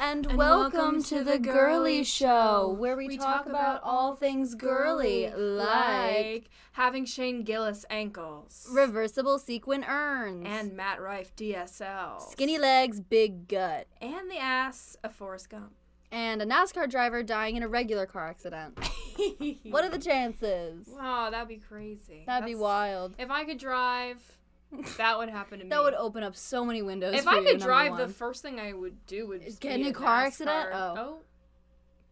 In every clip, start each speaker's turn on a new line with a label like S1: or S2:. S1: And, welcome, to the Girly Show, where we, talk, about all things girly, like
S2: having Shane Gillis ankles
S1: reversible sequin urns
S2: and Matt Rife DSL
S1: skinny legs, big gut,
S2: and the ass of Forrest Gump.
S1: and a NASCAR driver dying in a regular car accident. what are the chances?
S2: Wow, Oh, that'd be crazy.
S1: That'd be
S2: That's-
S1: wild.
S2: If I could drive, that would happen to me.
S1: That would open up so many windows.
S2: If
S1: for
S2: I
S1: you,
S2: could
S1: number
S2: drive, the
S1: one.
S2: first thing I would do would just
S1: Get
S2: be
S1: in a car accident?
S2: NASCAR.
S1: Oh.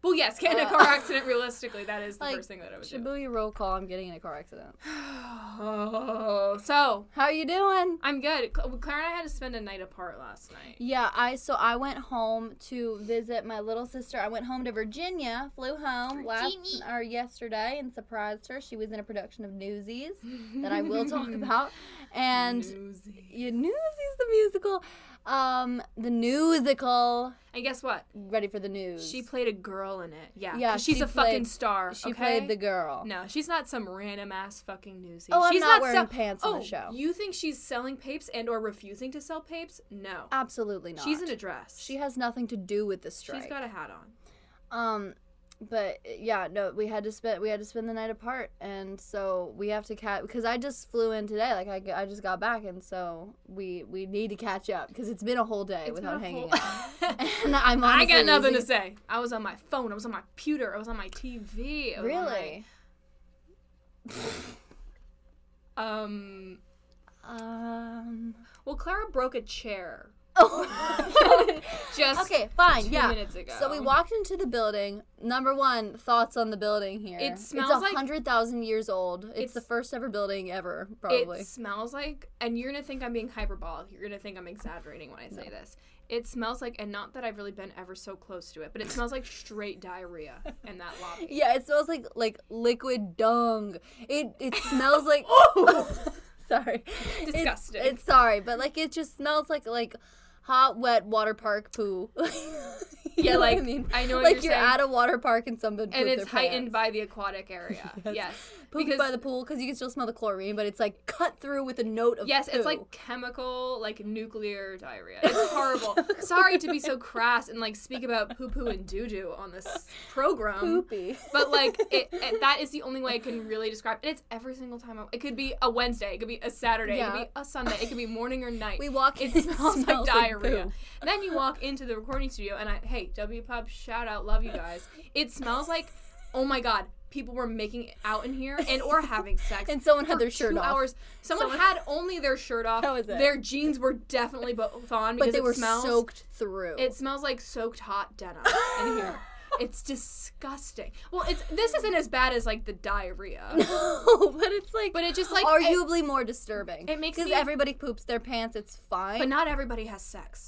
S2: Well, yes, get in a
S1: Uh,
S2: car accident. Realistically, that is the
S1: like,
S2: first thing that I would do.
S1: Shibuya roll call. I'm getting in a car accident.
S2: Oh, so
S1: How are you doing?
S2: I'm good. Cl- Claire and I had to spend a night apart last night.
S1: Yeah, I so I went home to visit my little sister. I went home to Virginia, flew home last or yesterday, and surprised her. She was in a production of Newsies that I will talk about, and
S2: Newsy.
S1: yeah, Newsies the musical, um, the musical.
S2: And guess what?
S1: Ready for the news?
S2: She played a girl in it. Yeah.
S1: Yeah,
S2: 'cause she's
S1: she
S2: a fucking
S1: played-
S2: star.
S1: she
S2: okay?
S1: played the girl.
S2: No, she's not some random ass fucking newsie.
S1: Oh, I'm
S2: she's
S1: not wearing
S2: sell-
S1: pants on the
S2: Oh,
S1: show.
S2: You think she's selling papes and or refusing to sell papes? No.
S1: Absolutely not.
S2: She's in a dress.
S1: She has nothing to do with the strike.
S2: She's got a hat on.
S1: Um, but yeah, no, we had to spend we had to spend the night apart, and so we have to catch because I just flew in today. Like I, g- I just got back, and so we we need to catch up because it's been a whole day
S2: It's
S1: without
S2: been a
S1: hanging out.
S2: whole-
S1: And I'm
S2: I
S1: honestly
S2: got nothing to
S1: losing-
S2: say. I was on my phone. I was on my computer. I was on my TV. I was on
S1: Really?
S2: my- um.
S1: Um.
S2: Well, Clara broke a chair.
S1: Oh.
S2: Just
S1: okay. Fine.
S2: two
S1: yeah.
S2: minutes ago.
S1: So we walked into the building. Number one, thoughts on the building here.
S2: It
S1: it's
S2: smells like-
S1: hundred thousand years old. It's, the
S2: It's-
S1: first ever building ever, probably.
S2: It smells like, and you're gonna think I'm being hyperbolic. You're gonna think I'm exaggerating when I say this. It smells like, and not that I've really been ever so close to it, but it smells like straight diarrhea in that lobby.
S1: Yeah, it smells like like liquid dung. It it smells like sorry. It-
S2: Oh! Disgusting.
S1: it's sorry, but like it just smells like like hot wet water park poo. You
S2: Yeah,
S1: know what
S2: like, I know what
S1: like
S2: you're
S1: you're
S2: saying.
S1: at a water park and someone
S2: and it's heightened by the aquatic area. yes,
S1: pooped by the pool because you can still smell the chlorine, but it's like cut through with a note of
S2: Yes, it's
S1: poo.
S2: like chemical, like nuclear diarrhea. It's horrible. Sorry to be so crass and like speak about poo poo and doo doo on this program.
S1: poopy.
S2: But like it, it- that is the only way I can really describe. And it's every single time. I- It could be a Wednesday. It could be a Saturday. It
S1: Yeah.
S2: could be a Sunday. It could be morning or night.
S1: we walk
S2: it
S1: in,
S2: smells, like
S1: smells
S2: diarrhea.
S1: poo.
S2: then you walk into the recording studio, and I hey W Pub shout out, love you guys. It smells like oh my god, people were making out in here and or having sex.
S1: And someone had
S2: for
S1: their shirt
S2: two
S1: off.
S2: Hours. Someone, had only their shirt off.
S1: That was it.
S2: Their jeans were definitely both on because
S1: But they
S2: it
S1: were
S2: smells,
S1: soaked through.
S2: It smells like soaked hot denim in here. It's disgusting. Well, it's this isn't as bad as like the diarrhea,
S1: no, but it's like
S2: but it just like it-
S1: arguably more disturbing.
S2: it makes
S1: because
S2: me-
S1: everybody poops their pants. It's fine.
S2: but not everybody has sex.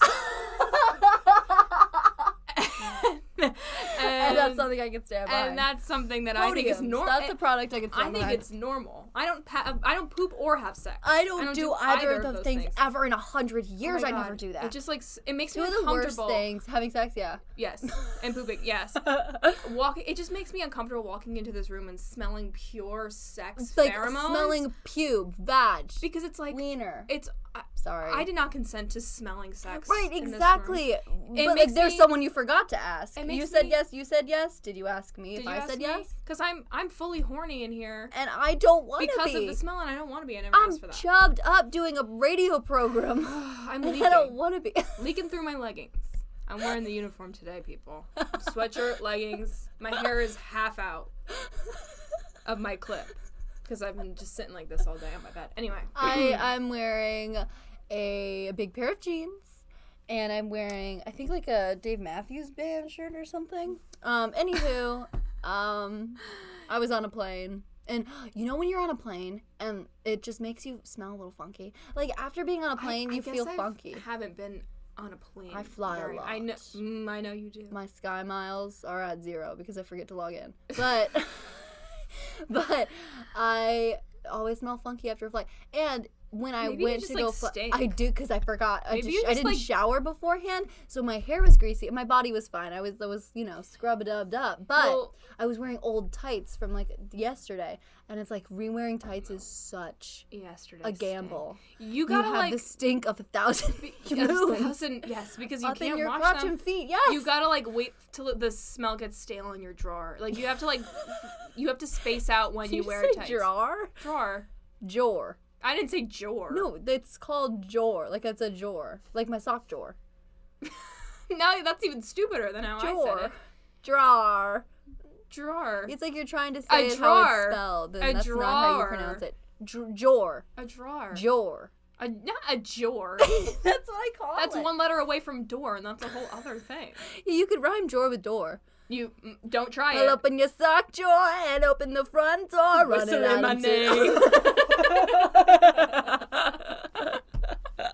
S1: and that's something I can stand by.
S2: and that's something that I think is
S1: Podiums.
S2: normal.
S1: That's a product I can stand
S2: I think
S1: behind.
S2: it's normal. I don't pa- I don't poop or have sex.
S1: I don't, do either of those
S2: those
S1: things,
S2: things.
S1: ever in a hundred
S2: Oh
S1: years.
S2: my
S1: I
S2: God.
S1: never do that.
S2: It just like s- it makes
S1: Two
S2: me
S1: of the worst
S2: uncomfortable.
S1: things: having sex. Yeah.
S2: Yes, and pooping. Yes,
S1: it's
S2: walking. It just makes me uncomfortable walking into this room and smelling pure sex
S1: like
S2: pheromones.
S1: smelling pube, vag,
S2: because it's like
S1: wiener.
S2: it's. I,
S1: Sorry.
S2: I did not consent to smelling sex.
S1: Right,
S2: in this room.
S1: exactly. but
S2: makes
S1: like, there's
S2: me-
S1: someone you forgot to ask.
S2: It
S1: You
S2: makes
S1: said
S2: me-
S1: yes. You said yes. Did you ask me
S2: Did
S1: if
S2: you
S1: I
S2: ask
S1: said
S2: me?
S1: yes?
S2: because I'm I'm fully horny in here
S1: And I don't want to be.
S2: because of the smell, and I don't want to be. I never
S1: I'm
S2: asked for that.
S1: chubbed up doing a radio program.
S2: I'm
S1: and
S2: leaking.
S1: I don't want to be.
S2: leaking through my leggings. I'm wearing the uniform today, people. Sweatshirt, leggings. My hair is half out of my clip because I've been just sitting like this all day on my bed. Anyway,
S1: I I'm wearing a, a big pair of jeans, and I'm wearing I think like a Dave Matthews Band shirt or something. Um, anywho, um, I was on a plane. And you know when you're on a plane and it just makes you smell a little funky. Like after being on a plane,
S2: I
S1: you
S2: guess
S1: feel
S2: I've-
S1: funky.
S2: haven't been on a plane.
S1: I fly a
S2: very- I
S1: lot.
S2: know. Mm, I know you do.
S1: my sky miles are at zero because I forget to log in. But but I always smell funky after a flight. And when I
S2: Maybe you
S1: went
S2: just,
S1: to
S2: like,
S1: go, fl-
S2: stink.
S1: I do because I forgot. I,
S2: Maybe
S1: just,
S2: you
S1: I
S2: just,
S1: didn't
S2: like-
S1: shower beforehand, so my hair was greasy and my body was fine. I was, I was, you know, scrub dubbed up, but
S2: Well-
S1: I was wearing old tights from like yesterday, and it's like re-wearing tights is such
S2: yesterday.
S1: a gamble.
S2: You
S1: You
S2: gotta
S1: have
S2: like
S1: the stink of a thousand
S2: a
S1: moons
S2: thousand- yes, because you
S1: up in
S2: can't
S1: your
S2: wash
S1: crotch
S2: them.
S1: and feet. Yes,
S2: You gotta like wait till the smell gets stale in your drawer. Like you have to like you have to space out when
S1: Did
S2: you
S1: you
S2: wear
S1: say
S2: tights.
S1: Drawer,
S2: Drawer.
S1: jor.
S2: I didn't say drawer.
S1: No, it's called jor. Like it's a jor, like my sock jor.
S2: now that's even stupider than how I said
S1: Drawer,
S2: it.
S1: drawer.
S2: Drawer.
S1: It's like you're trying to say it how
S2: drawer.
S1: it's spelled, and
S2: A
S1: that's not how you
S2: drawer.
S1: pronounce it. Dr- jor,
S2: a drawer.
S1: jor.
S2: a, not a drawer.
S1: that's what I call
S2: that's
S1: it.
S2: one letter away from door, and that's a whole other thing.
S1: You could rhyme jor with door.
S2: You mm, don't try
S1: I'll
S2: it.
S1: open your sock drawer and open the front door. Run it
S2: Whistle
S1: out
S2: in my
S1: into-
S2: name.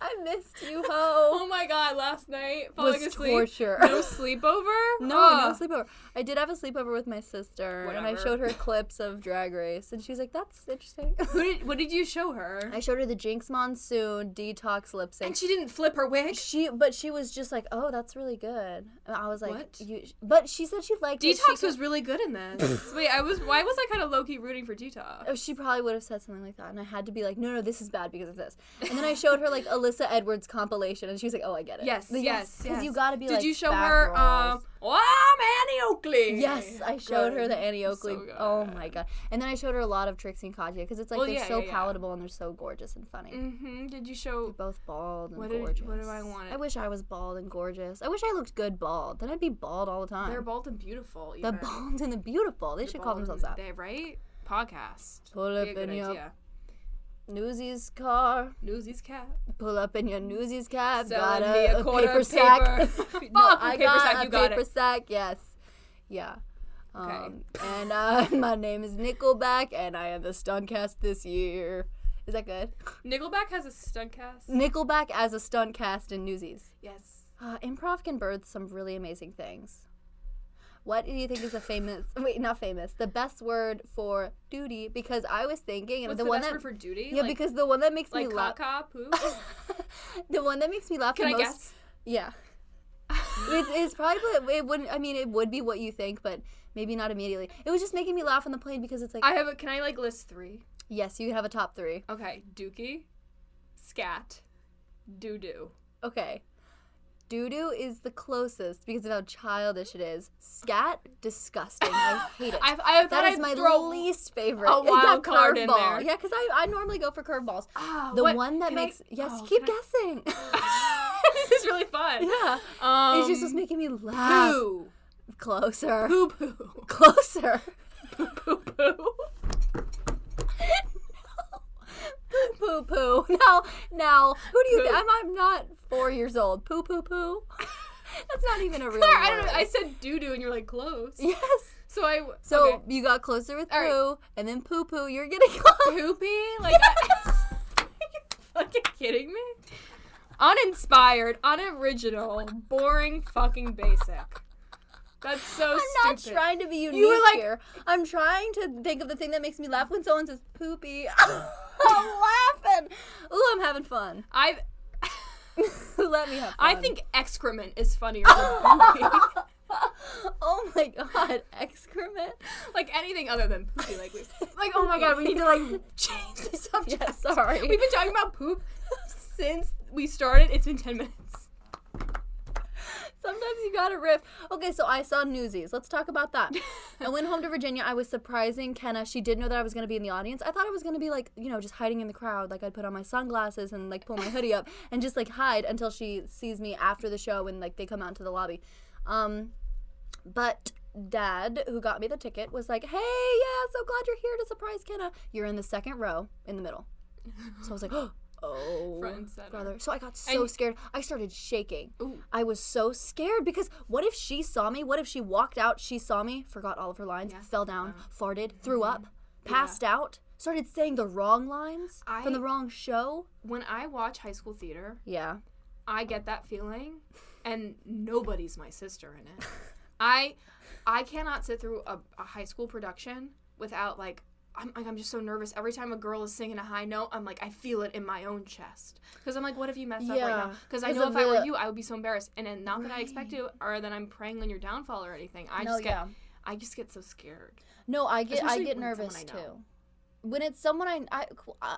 S1: I missed you, ho.
S2: oh my god! Last night falling
S1: Was
S2: asleep.
S1: torture.
S2: Oh, No sleepover.
S1: No,
S2: Ah.
S1: no sleepover. I did have a sleepover with my sister, and I
S2: Whatever.
S1: showed her clips of Drag Race, and she was like, "That's interesting."
S2: Who did? What did you show her?
S1: I showed her the Jinx Monsoon detox lip sync.
S2: and she didn't flip her wig.
S1: She, but she was just like, "Oh, that's really good." And I was like,
S2: What?
S1: You, but she said she liked it. She
S2: Detox
S1: could-
S2: was really good in this. Wait, I was. Why was I kind of low key rooting for Detox?
S1: Oh, she probably would have said something like that, and I had to be like, "No, no, this is bad because of this." And then I showed her like Alyssa Edwards compilation, and she was like, "Oh, I get it."
S2: Yes,
S1: Like,
S2: yes,
S1: because you
S2: yes.
S1: gotta be
S2: Did
S1: like.
S2: you show
S1: back
S2: her?
S1: rolls.
S2: Um, oh, I'm Annie Oakley.
S1: Yes, I showed her
S2: Good.
S1: the Annie Oakley.
S2: good.
S1: oh my god! And then I showed her a lot of Trixie and Katya because it's like
S2: Well,
S1: they're
S2: yeah,
S1: so
S2: yeah, yeah.
S1: palatable and they're so gorgeous and funny.
S2: Mm-hmm. Did you show?
S1: Both bald and
S2: What did- what
S1: gorgeous.
S2: do I want?
S1: I wish I was bald and gorgeous. I wish I looked good bald. Then I'd be bald all the time.
S2: They're bald and beautiful.
S1: The
S2: Even.
S1: bald and the beautiful. They should call
S2: Bald and
S1: themselves that.
S2: They right? Podcast.
S1: Pull up
S2: Be a good
S1: in your
S2: idea.
S1: newsies car.
S2: Newsies cat.
S1: Pull up in your newsies cab.
S2: Selling
S1: got a,
S2: me a
S1: a
S2: quarter
S1: paper
S2: of
S1: sack.
S2: paper.
S1: no,
S2: Fuck,
S1: I
S2: paper
S1: got
S2: sack,
S1: a
S2: you got
S1: paper
S2: it.
S1: sack. Yes. Yeah.
S2: Okay.
S1: Um, and uh, my name is Nickelback, and I am the stunt cast this year. Is that good?
S2: Nickelback has a stunt cast.
S1: Nickelback as a stunt cast in Newsies.
S2: Yes.
S1: Uh, improv can birth some really amazing things. What do you think is the famous? Wait, not famous. The best word for duty? Because I was thinking, and
S2: What's
S1: the,
S2: the,
S1: one
S2: best
S1: that
S2: word for duty?
S1: yeah,
S2: like,
S1: because the one that makes
S2: like
S1: me laugh,
S2: caca, poo.
S1: the one that makes me laugh
S2: Can
S1: the
S2: I
S1: most.
S2: guess?
S1: Yeah, it, it's probably it wouldn't. I mean, it would be what you think, but maybe not immediately. It was just making me laugh on the plane because it's like,
S2: I have. A, can I like list three?
S1: yes, you have a top three.
S2: Okay, dookie, scat, doo doo.
S1: Okay. Doo doo is the closest because of how childish it is. Scat, disgusting. I hate it.
S2: I, I thought
S1: That is
S2: I'd
S1: my
S2: throw
S1: least favorite.
S2: a wild card in
S1: curveball.
S2: there.
S1: Yeah, because I, I normally go for curveballs.
S2: Ah,
S1: The
S2: what-
S1: one that
S2: can I-
S1: makes yes,
S2: oh,
S1: keep
S2: can
S1: guessing.
S2: I- this is really fun.
S1: yeah,
S2: Um,
S1: it just Ah. was making me laugh.
S2: poo,
S1: Closer,
S2: poo, poo,
S1: closer.
S2: poo, poo, poo.
S1: poo poo. Now, now, who do you? Th- I'm, I'm not four years old. Poo poo poo. That's not even a real.
S2: I don't know.
S1: word.
S2: I said doo doo, and you're like close.
S1: yes.
S2: So I
S1: So
S2: okay.
S1: you got closer with poo,
S2: All right.
S1: and then poo poo. You're getting close.
S2: poopy. Like, I, are you fucking kidding me? Uninspired, unoriginal, boring, fucking basic. That's so
S1: I'm not
S2: stupid.
S1: trying to be unique
S2: were like-
S1: here. I'm trying to think of the thing that makes me laugh when someone says poopy. I'm laughing. Ooh, I'm having fun.
S2: I
S1: Let me have fun.
S2: I think excrement is funnier than poopy.
S1: oh my god, excrement.
S2: like anything other than poopy. Like, we, like oh my god, we need to like change the subject.
S1: Yeah, sorry.
S2: We've been talking about poop since we started. It's been ten minutes.
S1: Sometimes you gotta riff. Okay, so I saw Newsies. Let's talk about that. I went home to Virginia. I was surprising Kenna. She didn't know that I was gonna be in the audience. I thought I was gonna be like, you know, just hiding in the crowd. Like I'd put on my sunglasses and like pull my hoodie up and just like hide until she sees me after the show when like they come out into the lobby. Um, but dad, who got me the ticket, was like, hey, yeah, so glad you're here to surprise Kenna. You're in the second row in the middle. So I was like, oh,
S2: Front and center.
S1: brother. So I got so
S2: And-
S1: scared. I started shaking.
S2: Ooh.
S1: I was so scared because what if she saw me? What if she walked out, she saw me, forgot all of her lines, fell down, farted, threw
S2: Mm-hmm.
S1: up, passed out, started saying the wrong lines from the
S2: I-
S1: wrong show?
S2: When I watch High School Theater,
S1: Yeah.
S2: I get that feeling, and nobody's my sister in it. I I cannot sit through a, a high school production without like I'm like I'm just so nervous. Every time a girl is singing a high note, I'm like I feel it in my own chest because I'm like, what if you mess up right now?
S1: Yeah,
S2: Because I
S1: 'cause
S2: know if
S1: of
S2: I were
S1: the-
S2: you, I would be so embarrassed. And, and not that I expect
S1: Right.
S2: you, or that I'm preying on your downfall or anything. I
S1: no,
S2: just get
S1: yeah.
S2: I just get so scared.
S1: No, I get I
S2: Especially
S1: get
S2: when it's someone
S1: nervous
S2: I know.
S1: too. When it's someone I, I uh,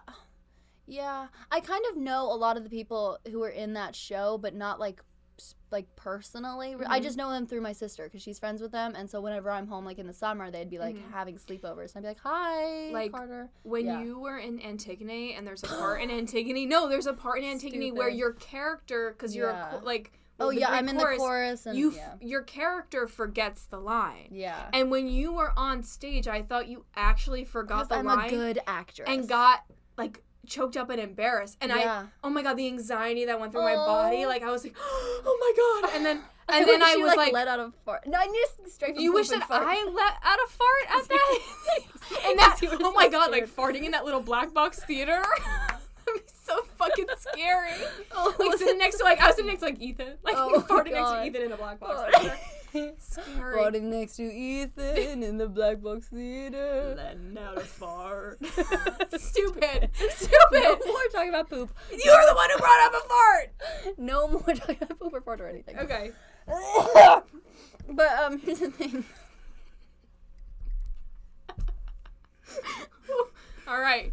S1: yeah, I kind of know a lot of the people who are in that show, but not like s- like personally. I
S2: Mhm.
S1: just know them through my sister because she's friends with them, and so whenever I'm home, like in the summer, they'd be like
S2: Mhm.
S1: having sleepovers, and I'd be like, "Hi,
S2: Like,
S1: Carter."
S2: When
S1: Yeah.
S2: you were in Antigone, and there's a part in Antigone. No, there's a part in Antigone where
S1: Stupid.
S2: your character, because you're a
S1: Yeah.
S2: cho- like,
S1: Oh
S2: the
S1: yeah,
S2: Greek
S1: I'm in the chorus, and
S2: You, f-
S1: yeah,
S2: your character forgets the line.
S1: yeah.
S2: And when you were on stage, I thought you actually forgot
S1: 'Cause
S2: the
S1: I'm
S2: line
S1: a good actress,
S2: and got like choked up and embarrassed. And I,
S1: yeah.
S2: oh my god, the anxiety that went through my body.
S1: Oh.
S2: Like I was like, oh my god. And then
S1: I
S2: and then
S1: wish
S2: I
S1: you,
S2: was like,
S1: let out a fart. No, I just straight. from
S2: you
S1: poop
S2: wish
S1: and
S2: that
S1: fart.
S2: I let out a fart at that. and that,
S1: Because you were
S2: oh
S1: so
S2: my god,
S1: scared.
S2: like farting in that little black box theater. That'd be so fucking scary.
S1: Oh,
S2: Like sitting next to like I was sitting next to like Ethan. Like
S1: Oh,
S2: farting next to
S1: God.
S2: Ethan in a black box
S1: Oh.
S2: theater. Scary.
S1: Farting next to Ethan in the Black Box Theater.
S2: Letting out a fart. Stupid.
S1: No
S2: Stupid.
S1: more talking about poop.
S2: You're the one who brought up a fart.
S1: No more talking about poop or fart or anything.
S2: Okay.
S1: but um, here's the thing.
S2: All right.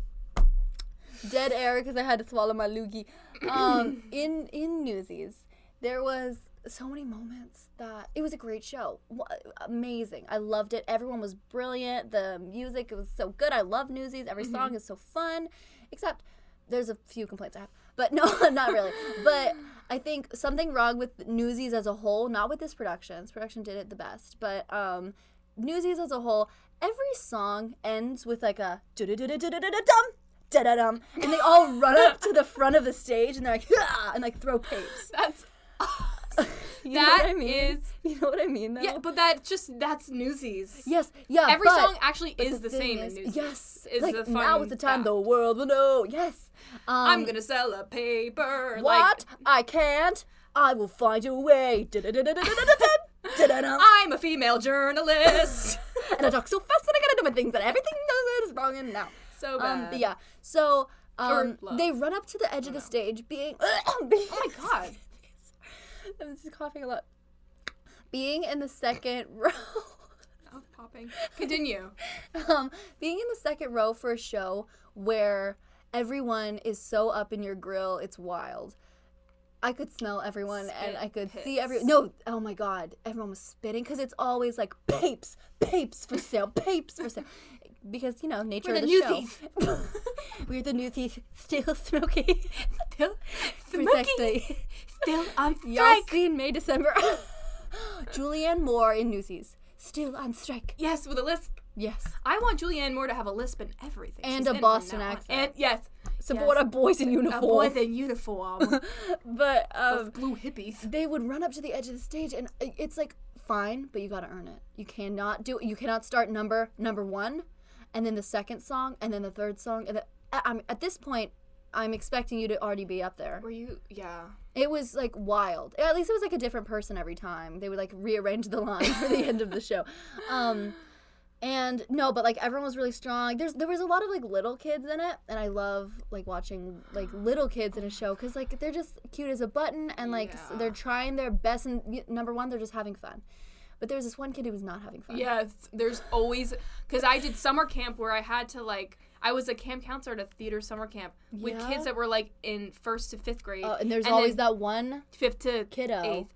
S1: Dead air because I had to swallow my loogie. Um, in in Newsies, there was so many moments that it was a great show. Wa- Amazing. I loved it. Everyone was brilliant. The music was so good. I love Newsies. Every song is so fun, except there's a few complaints I have, but no, not really. but I think something wrong with Newsies as a whole, not with this production. This production did it the best, but um, Newsies as a whole, every song ends with like a da da da da da da dum da da dum, and they all run up to the front of the stage and they're like "Hurrah," and like throw papes.
S2: That's
S1: You know
S2: that
S1: what I mean?
S2: is-
S1: you know what I mean though.
S2: yeah, but that just that's newsies.
S1: Yes, yeah.
S2: Every
S1: but-
S2: song actually
S1: but
S2: is the,
S1: thing
S2: same
S1: is-
S2: in newsies.
S1: Yes,
S2: is
S1: like
S2: the
S1: now
S2: fun
S1: is the time
S2: fact.
S1: the world will know. Yes, um,
S2: I'm gonna sell a paper. Like,
S1: What? I can't. I will find a way. Da-da-da-da-da-da-da-da. Da-da-da.
S2: I'm a female journalist.
S1: And I talk so fast that I gotta do my things and everything does is wrong and now.
S2: so
S1: Um,
S2: bad.
S1: but yeah. So um,
S2: love.
S1: they run up to the edge of the stage, being, being
S2: Oh my god.
S1: I'm just coughing a lot. Being in the second row.
S2: Oh, popping. Continue.
S1: um, being in the second row for a show where everyone is so up in your grill, it's wild. I could smell everyone and
S2: Spit
S1: I could see
S2: pits.
S1: everyone. No, oh my God, everyone was spitting because it's always like papes, papes for sale, papes for sale. Because, you know, nature
S2: We're
S1: of
S2: the
S1: the
S2: new
S1: show.
S2: thief.
S1: We're the new thief, still smoking.
S2: Still,
S1: Precisely.
S2: Still on
S1: Y'all seen May, December. Julianne Moore in Newsies. Still on strike.
S2: Yes, with a lisp.
S1: Yes.
S2: I want Julianne Moore to have a lisp in everything.
S1: And
S2: She's
S1: a
S2: in from
S1: Boston
S2: now on.
S1: accent.
S2: And yes,
S1: Support our boys in
S2: a
S1: uniform.
S2: boy in uniform.
S1: but um,
S2: of blue hippies.
S1: they would run up to the edge of the stage and i- it's like fine but you got to earn it you cannot do you cannot start number number one and then the second song and then the third song and the, I- I'm, at this point i'm expecting you to already be up there
S2: Were you? Yeah.
S1: it was like wild at least it was like a different person every time they would like rearrange the line for the end of the show um and no but like everyone was really strong there's there was a lot of like little kids in it and i love like watching like little kids in a show because like they're just cute as a button and like s-
S2: Yeah.
S1: they're trying their best and y- number one they're just having fun but there was this one kid who was not having fun
S2: Yes, there's always because I did summer camp where I had to like I was a camp counselor at a theater summer camp with
S1: Yeah.
S2: kids that were like in first to fifth grade,
S1: oh, and there's
S2: And
S1: always
S2: then-
S1: that one
S2: fifth to
S1: kiddo.
S2: eighth.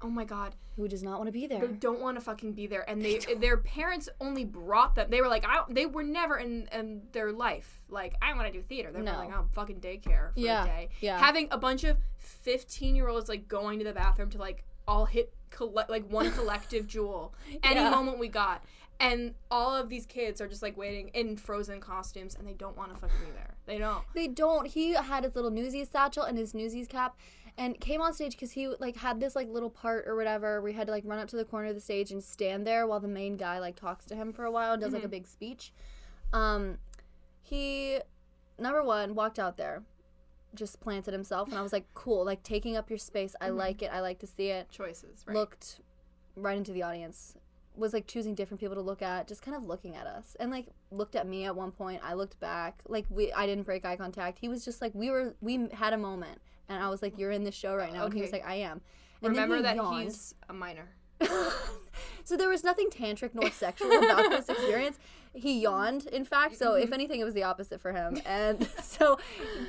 S2: Oh my god,
S1: who does not want to be there
S2: they don't want to fucking be there, and they their parents only brought them. They were like, I they were never in, in their life like I want to do theater. They were
S1: No.
S2: like, oh fucking daycare for
S1: Yeah,
S2: a day.
S1: yeah.
S2: having a bunch of fifteen year olds like going to the bathroom to like all hit colle- like one collective jewel any
S1: Yeah.
S2: moment we got. And all of these kids are just like waiting in frozen costumes, and they don't want to fucking be there. They don't.
S1: They don't. He had his little Newsies satchel and his Newsies cap, and came on stage because he like had this like little part or whatever. where he had to like run up to the corner of the stage and stand there while the main guy like talks to him for a while and does like a big speech. Um, he number one walked out there, just planted himself, and I was like, cool, like taking up your space. I like it. I like to see it.
S2: Choices, right?
S1: Looked right into the audience. was like choosing different people to look at, just kind of looking at us and like looked at me at one point. I looked back, like we I didn't break eye contact. He was just like we were we had a moment, and I was like, "You're in this show right now," and he was
S2: Okay.
S1: like, "I am." And then
S2: Remember
S1: he
S2: that
S1: yawned.
S2: he's a minor.
S1: so there was nothing tantric nor sexual about this experience. He yawned, in fact. So
S2: Mm-hmm.
S1: if anything, it was the opposite for him. And so,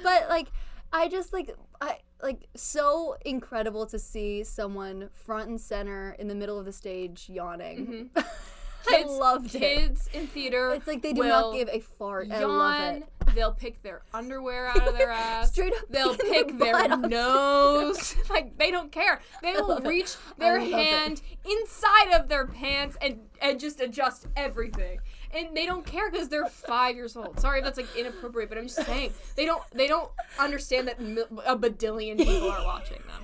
S1: but like, I just like I like so incredible to see someone front and center in the middle of the stage yawning. I
S2: Mm-hmm. Kids-
S1: loved it.
S2: Kids in theater.
S1: It's like they do
S2: will
S1: not give a fart. I love
S2: Yawn.
S1: it.
S2: They'll pick their underwear out of their ass.
S1: Straight up
S2: They'll
S1: picking
S2: pick
S1: their
S2: their
S1: butt up.
S2: nose. like they don't care. They will
S1: love it.
S2: reach
S1: I
S2: their
S1: love it.
S2: hand inside of their pants and and just adjust everything. And they don't care because they're five years old. Sorry if that's like inappropriate, but I'm just saying they don't they don't understand that mil- a badillion people are watching them,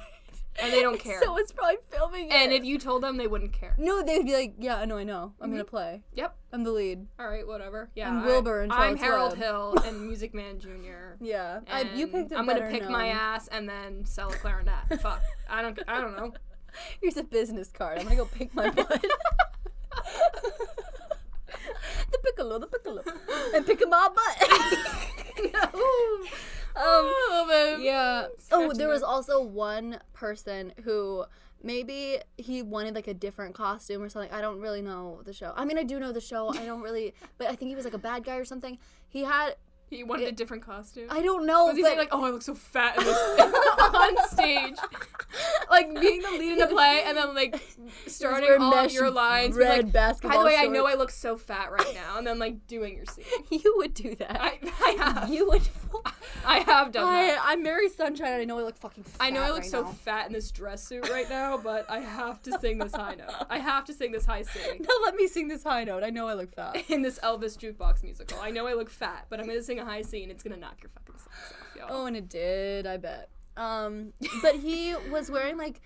S2: and they don't care.
S1: So it's probably filming.
S2: and
S1: it.
S2: if you told them, they wouldn't care.
S1: no, they'd be like, yeah, I know, I know. I'm
S2: Mm-hmm.
S1: gonna play.
S2: Yep.
S1: I'm the lead.
S2: All right. Whatever. Yeah.
S1: I'm
S2: I-
S1: Wilbur in
S2: I'm
S1: Charlotte's
S2: Harold
S1: Web.
S2: Hill and Music Man Jr.
S1: Yeah, I, you
S2: and
S1: picked. i
S2: I'm gonna pick my ass and then sell a clarinet. Fuck. I don't. I don't
S1: Um,
S2: know.
S1: Here's a business card. I'm gonna go pick my butt. the piccolo, the piccolo, and pick my butt.
S2: Ooh.
S1: um,
S2: oh, babe.
S1: yeah. Oh,
S2: Scratching
S1: there was
S2: it.
S1: also one person who maybe he wanted like a different costume or something. I don't really know the show. I mean, I do know the show. I don't really, but I think he was like a bad guy or something. He had.
S2: He wanted a different costume.
S1: I don't know.
S2: was he
S1: but
S2: saying like, "Oh, I look so fat in this, on stage, like being the lead in the play, and then like starting
S1: wearing
S2: all of
S1: mesh
S2: your lines, being
S1: red
S2: like, by
S1: basketball
S2: the way, I know I
S1: shorts."
S2: look so fat right now, and then like doing your scene.
S1: you would do that.
S2: I, I have,
S1: you would.
S2: I have done that.
S1: I, I'm Mary Sunshine. and I know I look fucking. Fat
S2: I know I look
S1: right
S2: so
S1: now.
S2: fat in this dress suit right now, but I have to sing this high note. I have to sing this high C.
S1: Now let me sing this high note. I know I look fat.
S2: in this Elvis jukebox musical. I know I look fat, but I'm gonna sing a high C and it's gonna knock your fucking socks off, y'all.
S1: Oh, and it did. I bet. Um, but he was wearing like.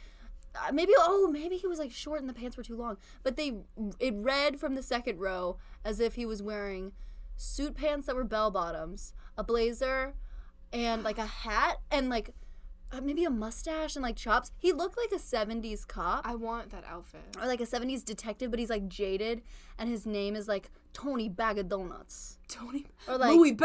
S1: uh, Maybe oh maybe he was like short and the pants were too long, but they it read from the second row as if he was wearing suit pants that were bell bottoms, a blazer, and like a hat and like uh, maybe a mustache and like chops. He looked like a '70s cop.
S2: I want that outfit.
S1: or like a 70s detective, but he's like jaded, and his name is like Tony Bag of Donuts
S2: Tony
S1: or like
S2: Louis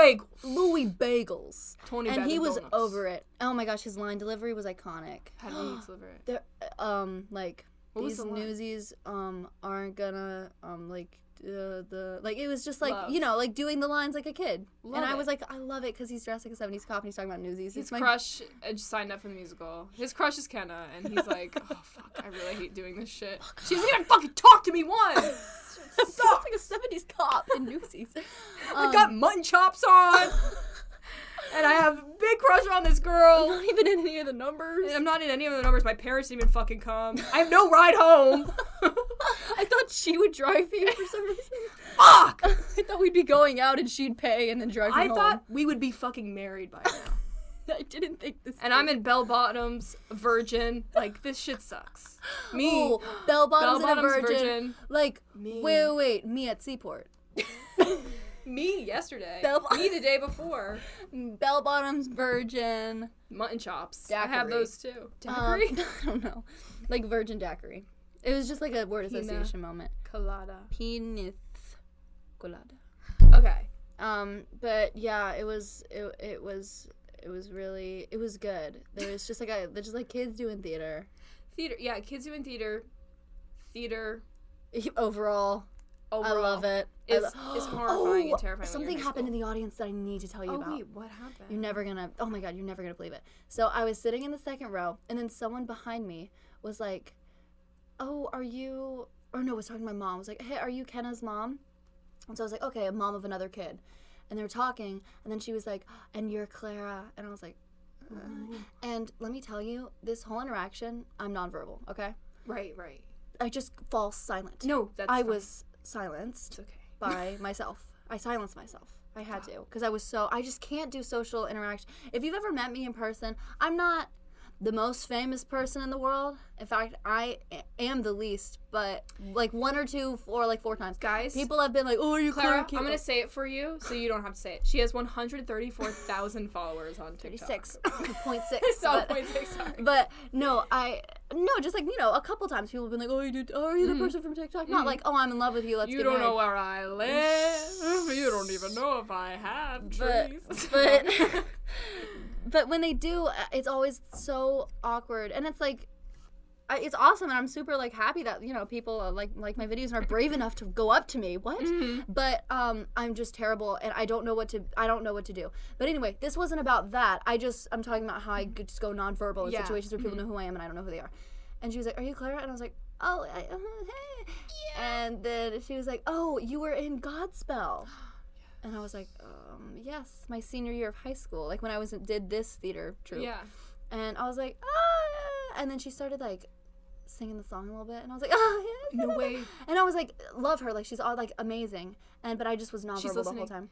S1: Louis,
S2: Bagel.
S1: Bagels.
S2: Tony
S1: and he
S2: Bag of
S1: was
S2: Donuts.
S1: over it. Oh my gosh, his line delivery was iconic.
S2: How do we deliver it?
S1: There, um, like
S2: What was
S1: these
S2: the line?
S1: newsies, um, aren't gonna, um, like uh, the like it was just like
S2: Love.
S1: you know like doing the lines like a kid.
S2: Love
S1: and I
S2: it.
S1: was like, I love it because he's dressed like a 70s cop and he's talking about newsies.
S2: His
S1: it's my
S2: crush uh, just signed up for the musical. His crush is Kenna, and he's like, "Oh fuck, I really hate doing this shit." She's gonna fucking talk to me once.
S1: It's like a 70s cop in newsies. Um,
S2: I got mutton chops on, and I have a big crush on this girl.
S1: not even in any of the numbers.
S2: I'm not in any of the numbers. My parents didn't even fucking come. I have no ride home.
S1: I thought she would drive you for some reason.
S2: Fuck.
S1: I thought we'd be going out and she'd pay and then drive you
S2: I
S1: home.
S2: thought we would be fucking married by now.
S1: I didn't think this.
S2: and I'm in bell bottoms, virgin. Like this shit sucks. Me,
S1: Ooh, bell
S2: bell
S1: bottoms and a
S2: bottoms,
S1: virgin.
S2: virgin.
S1: Like
S2: Me.
S1: wait, wait, wait, me at Seaport.
S2: Me yesterday.
S1: Bell-
S2: Me the day before.
S1: Bell bottoms, virgin.
S2: Mutton chops. I have
S1: Daiquiri.
S2: those too.
S1: um,
S2: Daiquiri.
S1: I don't know, like virgin daiquiri. It was just like a word
S2: Pina.
S1: association moment.
S2: Colada.
S1: Penis colada.
S2: Okay.
S1: Um, but yeah, it was it, it was it was really it was good. There was just like a there's just like kids doing theater
S2: Theater. Yeah, kids who in theater. Theater.
S1: overall.
S2: Overall.
S1: I love it. I Oh,
S2: It's- it's horrifying and terrifying when
S1: Something
S2: you're in
S1: happened in the audience that I need to tell you
S2: Oh
S1: about.
S2: wait, what happened?
S1: You're never gonna. Oh my god, you're never gonna believe it. So I was sitting in the second row, and then someone behind me was like, "Oh, are you?" Or no, I was talking to my mom. I was like, "Hey, are you Kenna's mom?" And so I was like, "Okay, a mom of another kid." And they were talking, and then she was like, "And you're Clara," and I was like, "Uh."
S2: Mm.
S1: "And let me tell you, this whole interaction, I'm nonverbal. Okay,
S2: right, right.
S1: I just fall silent.
S2: No, that's
S1: I
S2: fine.
S1: was silenced."
S2: It's okay.
S1: by myself. I silenced myself. I had to because I was so I just can't do social interaction. If you've ever met me in person, I'm not the most famous person in the world. In fact, I a- am the least, but like one or two or like four times.
S2: Guys,
S1: People have been like, "Oh, are you Clara?"
S2: Clara, I'm gonna say it for you, so you don't have to say it. She has 134,000 followers on TikTok.
S1: Oh, six point six.
S2: so
S1: but-
S2: point six. Sorry.
S1: but no, I no, just like you know, a couple times people have been like, "Oh, you, oh, are you the person from TikTok?" Not like, "Oh, I'm in love with you. Let's
S2: Mm-hmm. You
S1: get
S2: don't
S1: married."
S2: know where I live. You don't even know if I have
S1: but
S2: trees.
S1: but but when they do, uh, it's always so awkward, and it's like. I- It's awesome, and I'm super like happy that you know people uh, like like my videos and are brave enough to go up to me. What?
S2: Mm-hmm.
S1: But um, I'm just terrible, and I don't know what to I don't know what to do. But anyway, this wasn't about that. I just I'm talking about how I could just go nonverbal in
S2: Yeah. Mm-hmm.
S1: situations where people know who I am and I don't know who they are. And she was like, "Are you Clara?" And I was like, "Oh, I, hey." And then she was like, "Oh, you were in Godspell." And I was like, um, yes, my senior year of high school, like when I was did this theater troupe.
S2: yeah.
S1: And I was like, ah. And then she started like singing the song a little bit, and I was like, ah, yeah.
S2: No way.
S1: And I was like, love her, like she's all like amazing. And but I just was
S2: She's
S1: nonverbal the whole
S2: listening.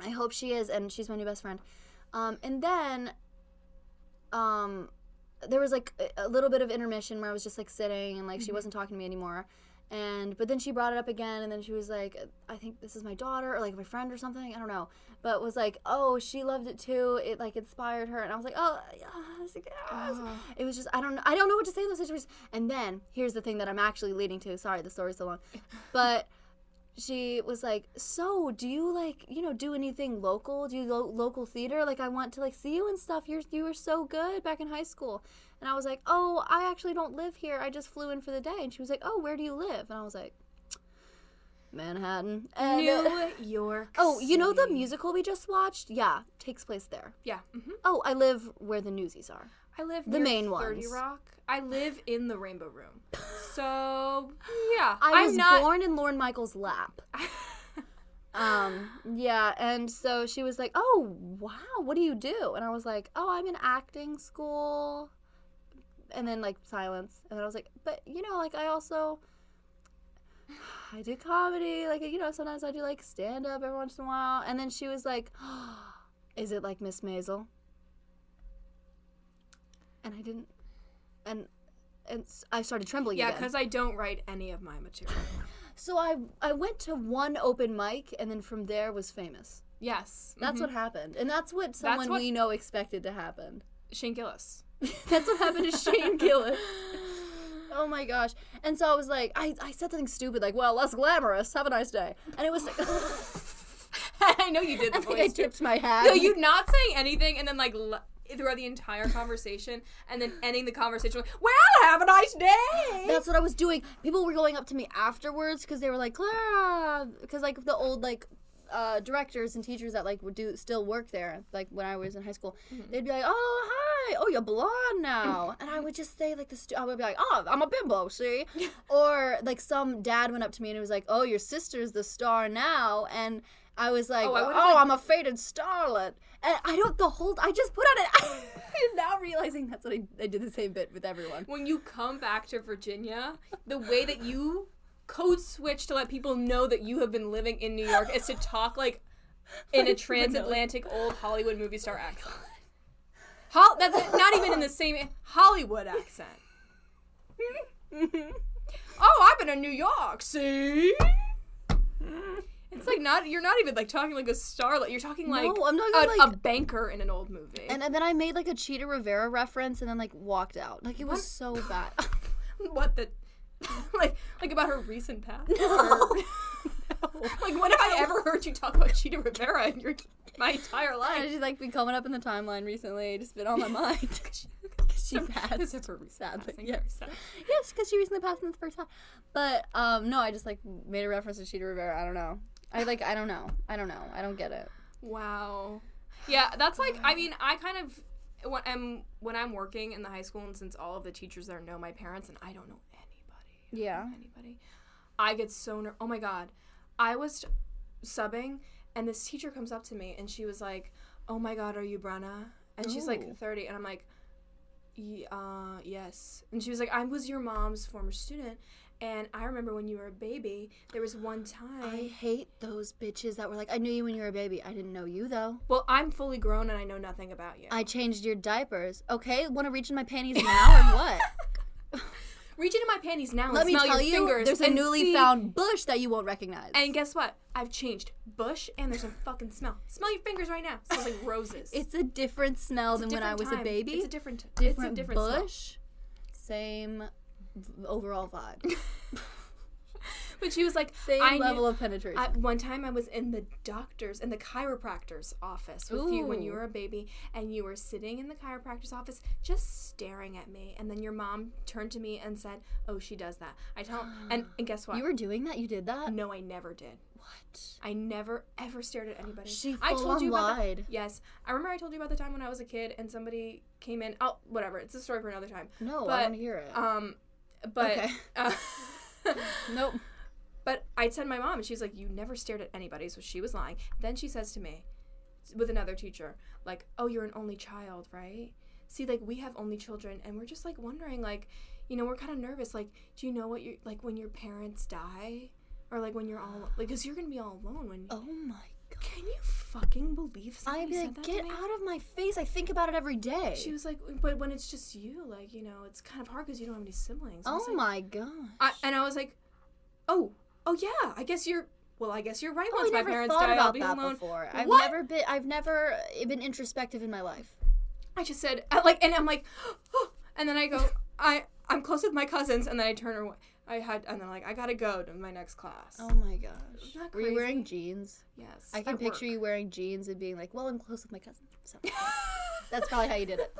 S1: time. I hope she is, and she's my new best friend. Um, and then, um, there was like a, a little bit of intermission where I was just like sitting and like she wasn't talking to me anymore. And but then she brought it up again, and then she was like, "I think this is my daughter or like my friend or something. I don't know." But was like, "Oh, she loved it too. It like inspired her." And I was like, "Oh, yes, yes." it was just I don't know. I don't know what to say in those situations." And then here's the thing that I'm actually leading to. Sorry, the story's so long, but she was like, "So, do you like, you know, do anything local? Do you lo- local theater? Like, I want to like see you and stuff. You're you were so good back in high school." And I was like, "Oh, I actually don't live here. I just flew in for the day." And she was like, "Oh, where do you live?" And I was like, "Manhattan." And uh,
S2: New York.
S1: oh, you know the
S2: City.
S1: musical we just watched? Yeah, takes place there.
S2: Yeah. hmm
S1: Oh, I live where the newsies are.
S2: I live
S1: The
S2: near
S1: main
S2: 30
S1: ones.
S2: Rock. I live in the Rainbow Room. So yeah,
S1: I
S2: am
S1: was
S2: not.
S1: born in Lauren Michaels' lap. um, yeah, and so she was like, "Oh, wow, what do you do?" And I was like, "Oh, I'm in acting school." And then like silence, and then I was like, "But you know, like I also I do comedy, like you know, sometimes I do like stand up every once in a while." And then she was like, "Is it like Miss Maisel?" And I didn't, and and s- I started trembling.
S2: yeah,
S1: again.
S2: because I don't write any of my material.
S1: So I I went to one open mic and then from there was famous.
S2: Yes, Mm-hmm.
S1: That's what happened. And that's what someone
S2: what-
S1: we know expected to happen.
S2: Shane Gillis.
S1: that's what happened to Shane Gillis. Oh my gosh. And so I was like, I, I said something stupid like, well, less glamorous. Have a nice day. And it was like,
S2: I know you did. The
S1: I think I
S2: voice, too.
S1: tipped my hat.
S2: No, you not saying anything, and then like l- throughout the entire conversation, and then ending the conversation with, "Well, have a nice day."
S1: That's what I was doing. People were going up to me afterwards because they were like, Clara, because like the old like uh, directors and teachers that like would do still work there. Like when I was in high school,
S2: Mm-hmm.
S1: they'd be like, "Oh hi, oh you're blonde now," and I would just say like the stu- I would be like, "Oh, I'm a bimbo, see," or like some dad went up to me and he was like, "Oh, your sister's the star now," and. I was like,
S2: Oh,
S1: oh,
S2: I would've, like-
S1: I'm a faded starlet. And I don't, the whole, I just put on it. I'm now realizing that's what I, I did the same bit with everyone.
S2: when you come back to Virginia, the way that you code switch to let people know that you have been living in New York is to talk like in a transatlantic old Hollywood movie star accent. Hol- that's it, not even in the same Hollywood accent. oh, I've been in New York. See. It's like not you're not even like talking like a starlet. You're talking like,
S1: I'm not
S2: a,
S1: gonna,
S2: a
S1: like-
S2: banker in an old movie.
S1: And, and then I made like a Cheetah Rivera reference and then like walked out. Like it was so bad.
S2: what the like like about her recent past?
S1: No.
S2: like when have I ever heard you talk about Cheetah Rivera in your my entire
S1: I
S2: life?
S1: just like been coming up in the timeline recently. It's been on my mind. she passed.
S2: This is her recent
S1: Sadly,
S2: passing,
S1: yes.
S2: very sad.
S1: yes, because she recently passed in the first time. But um, no, I just like made a reference to Cheetah Rivera. I don't know. I like I don't know. I don't know. I don't get it.
S2: Wow. Yeah, that's like I mean I kind of when I'm when I'm working in the high school and since all of the teachers there know my parents and I don't know anybody. I don't
S1: Yeah.
S2: know Anybody. I get so ner- oh my god. I was subbing and this teacher comes up to me and she was like, "Oh my god, are you Brenna?" And she's
S1: Ooh.
S2: like 30 and I'm like, "Ye- uh, yes." And she was like, "I was your mom's former student." And I remember when you were a baby, there was one time.
S1: I hate those bitches that were like, I knew you when you were a baby. I didn't know you though.
S2: well, I'm fully grown and I know nothing about you.
S1: I changed your diapers. Okay, want to reach in my panties now or what?
S2: Reach into my panties now
S1: Let
S2: and
S1: me
S2: smell
S1: tell
S2: your
S1: you,
S2: fingers.
S1: there's a
S2: and
S1: newly
S2: see-
S1: found bush that you won't recognize.
S2: And guess what? I've changed bush, and there's a fucking smell. Smell your fingers right now. Smells like roses.
S1: It's a different smell than when I
S2: Different
S1: was a
S2: time.
S1: baby.
S2: It's a different,
S1: different,
S2: it's a different smell.
S1: bush. same v- overall vibe,
S2: But she was like,
S1: same
S2: I
S1: level
S2: level.
S1: of penetration.
S2: I, one time I was in the doctor's and the chiropractor's office with you when you
S1: Ooh.
S2: were a baby, and you were sitting in the chiropractor's office just staring at me. And then your mom turned to me and said, "Oh, she does that." I tell, and, and guess what?
S1: you were doing that. You did that.
S2: no, I never did.
S1: What?
S2: I never ever stared at anybody.
S1: She
S2: I
S1: full
S2: told
S1: on
S2: you about that-
S1: lied.
S2: Yes, I remember I told you about the time when I was a kid and somebody came in. Oh, whatever. It's a story for another time.
S1: No,
S2: But,
S1: I don't hear it.
S2: Um, but
S1: Okay.
S2: uh,
S1: nope.
S2: but I said to my mom, and she's like, "You never stared at anybody," so she was lying. Then she says to me, with another teacher, like, "Oh, you're an only child, right? See, like we have only children, and we're just like wondering, like, you know, we're kind of nervous. Like, do you know what you like when your parents die, or like when you're all like, because you're gonna be all alone when."
S1: Oh my god.
S2: Can you fucking believe somebody
S1: I'd be
S2: said
S1: like,
S2: that
S1: get
S2: to me?
S1: out of my face. I think about it every day.
S2: She was like, but when it's just you, like you know, it's kind of hard because you don't have any siblings. I
S1: oh
S2: was like,
S1: my god.
S2: I, and I was like, oh, oh yeah, I guess you're. Well, I guess you're right.
S1: Oh, I
S2: Once my
S1: never
S2: parents
S1: thought
S2: die, I'll
S1: about
S2: be
S1: that
S2: alone.
S1: before. I've
S2: What?
S1: never been. I've never uh, been introspective in my life.
S2: I just said I, like, and I'm like, oh, and then I go, I I'm close with my cousins, and then I turn her. away. I had, and then like, I gotta go to my next class.
S1: Oh my gosh.
S2: Isn't that
S1: Were you wearing
S2: crazy?
S1: jeans?
S2: yes,
S1: I can
S2: at
S1: picture
S2: work.
S1: you wearing jeans and being like, "Well, I'm close with my cousin." So that's probably how you did it.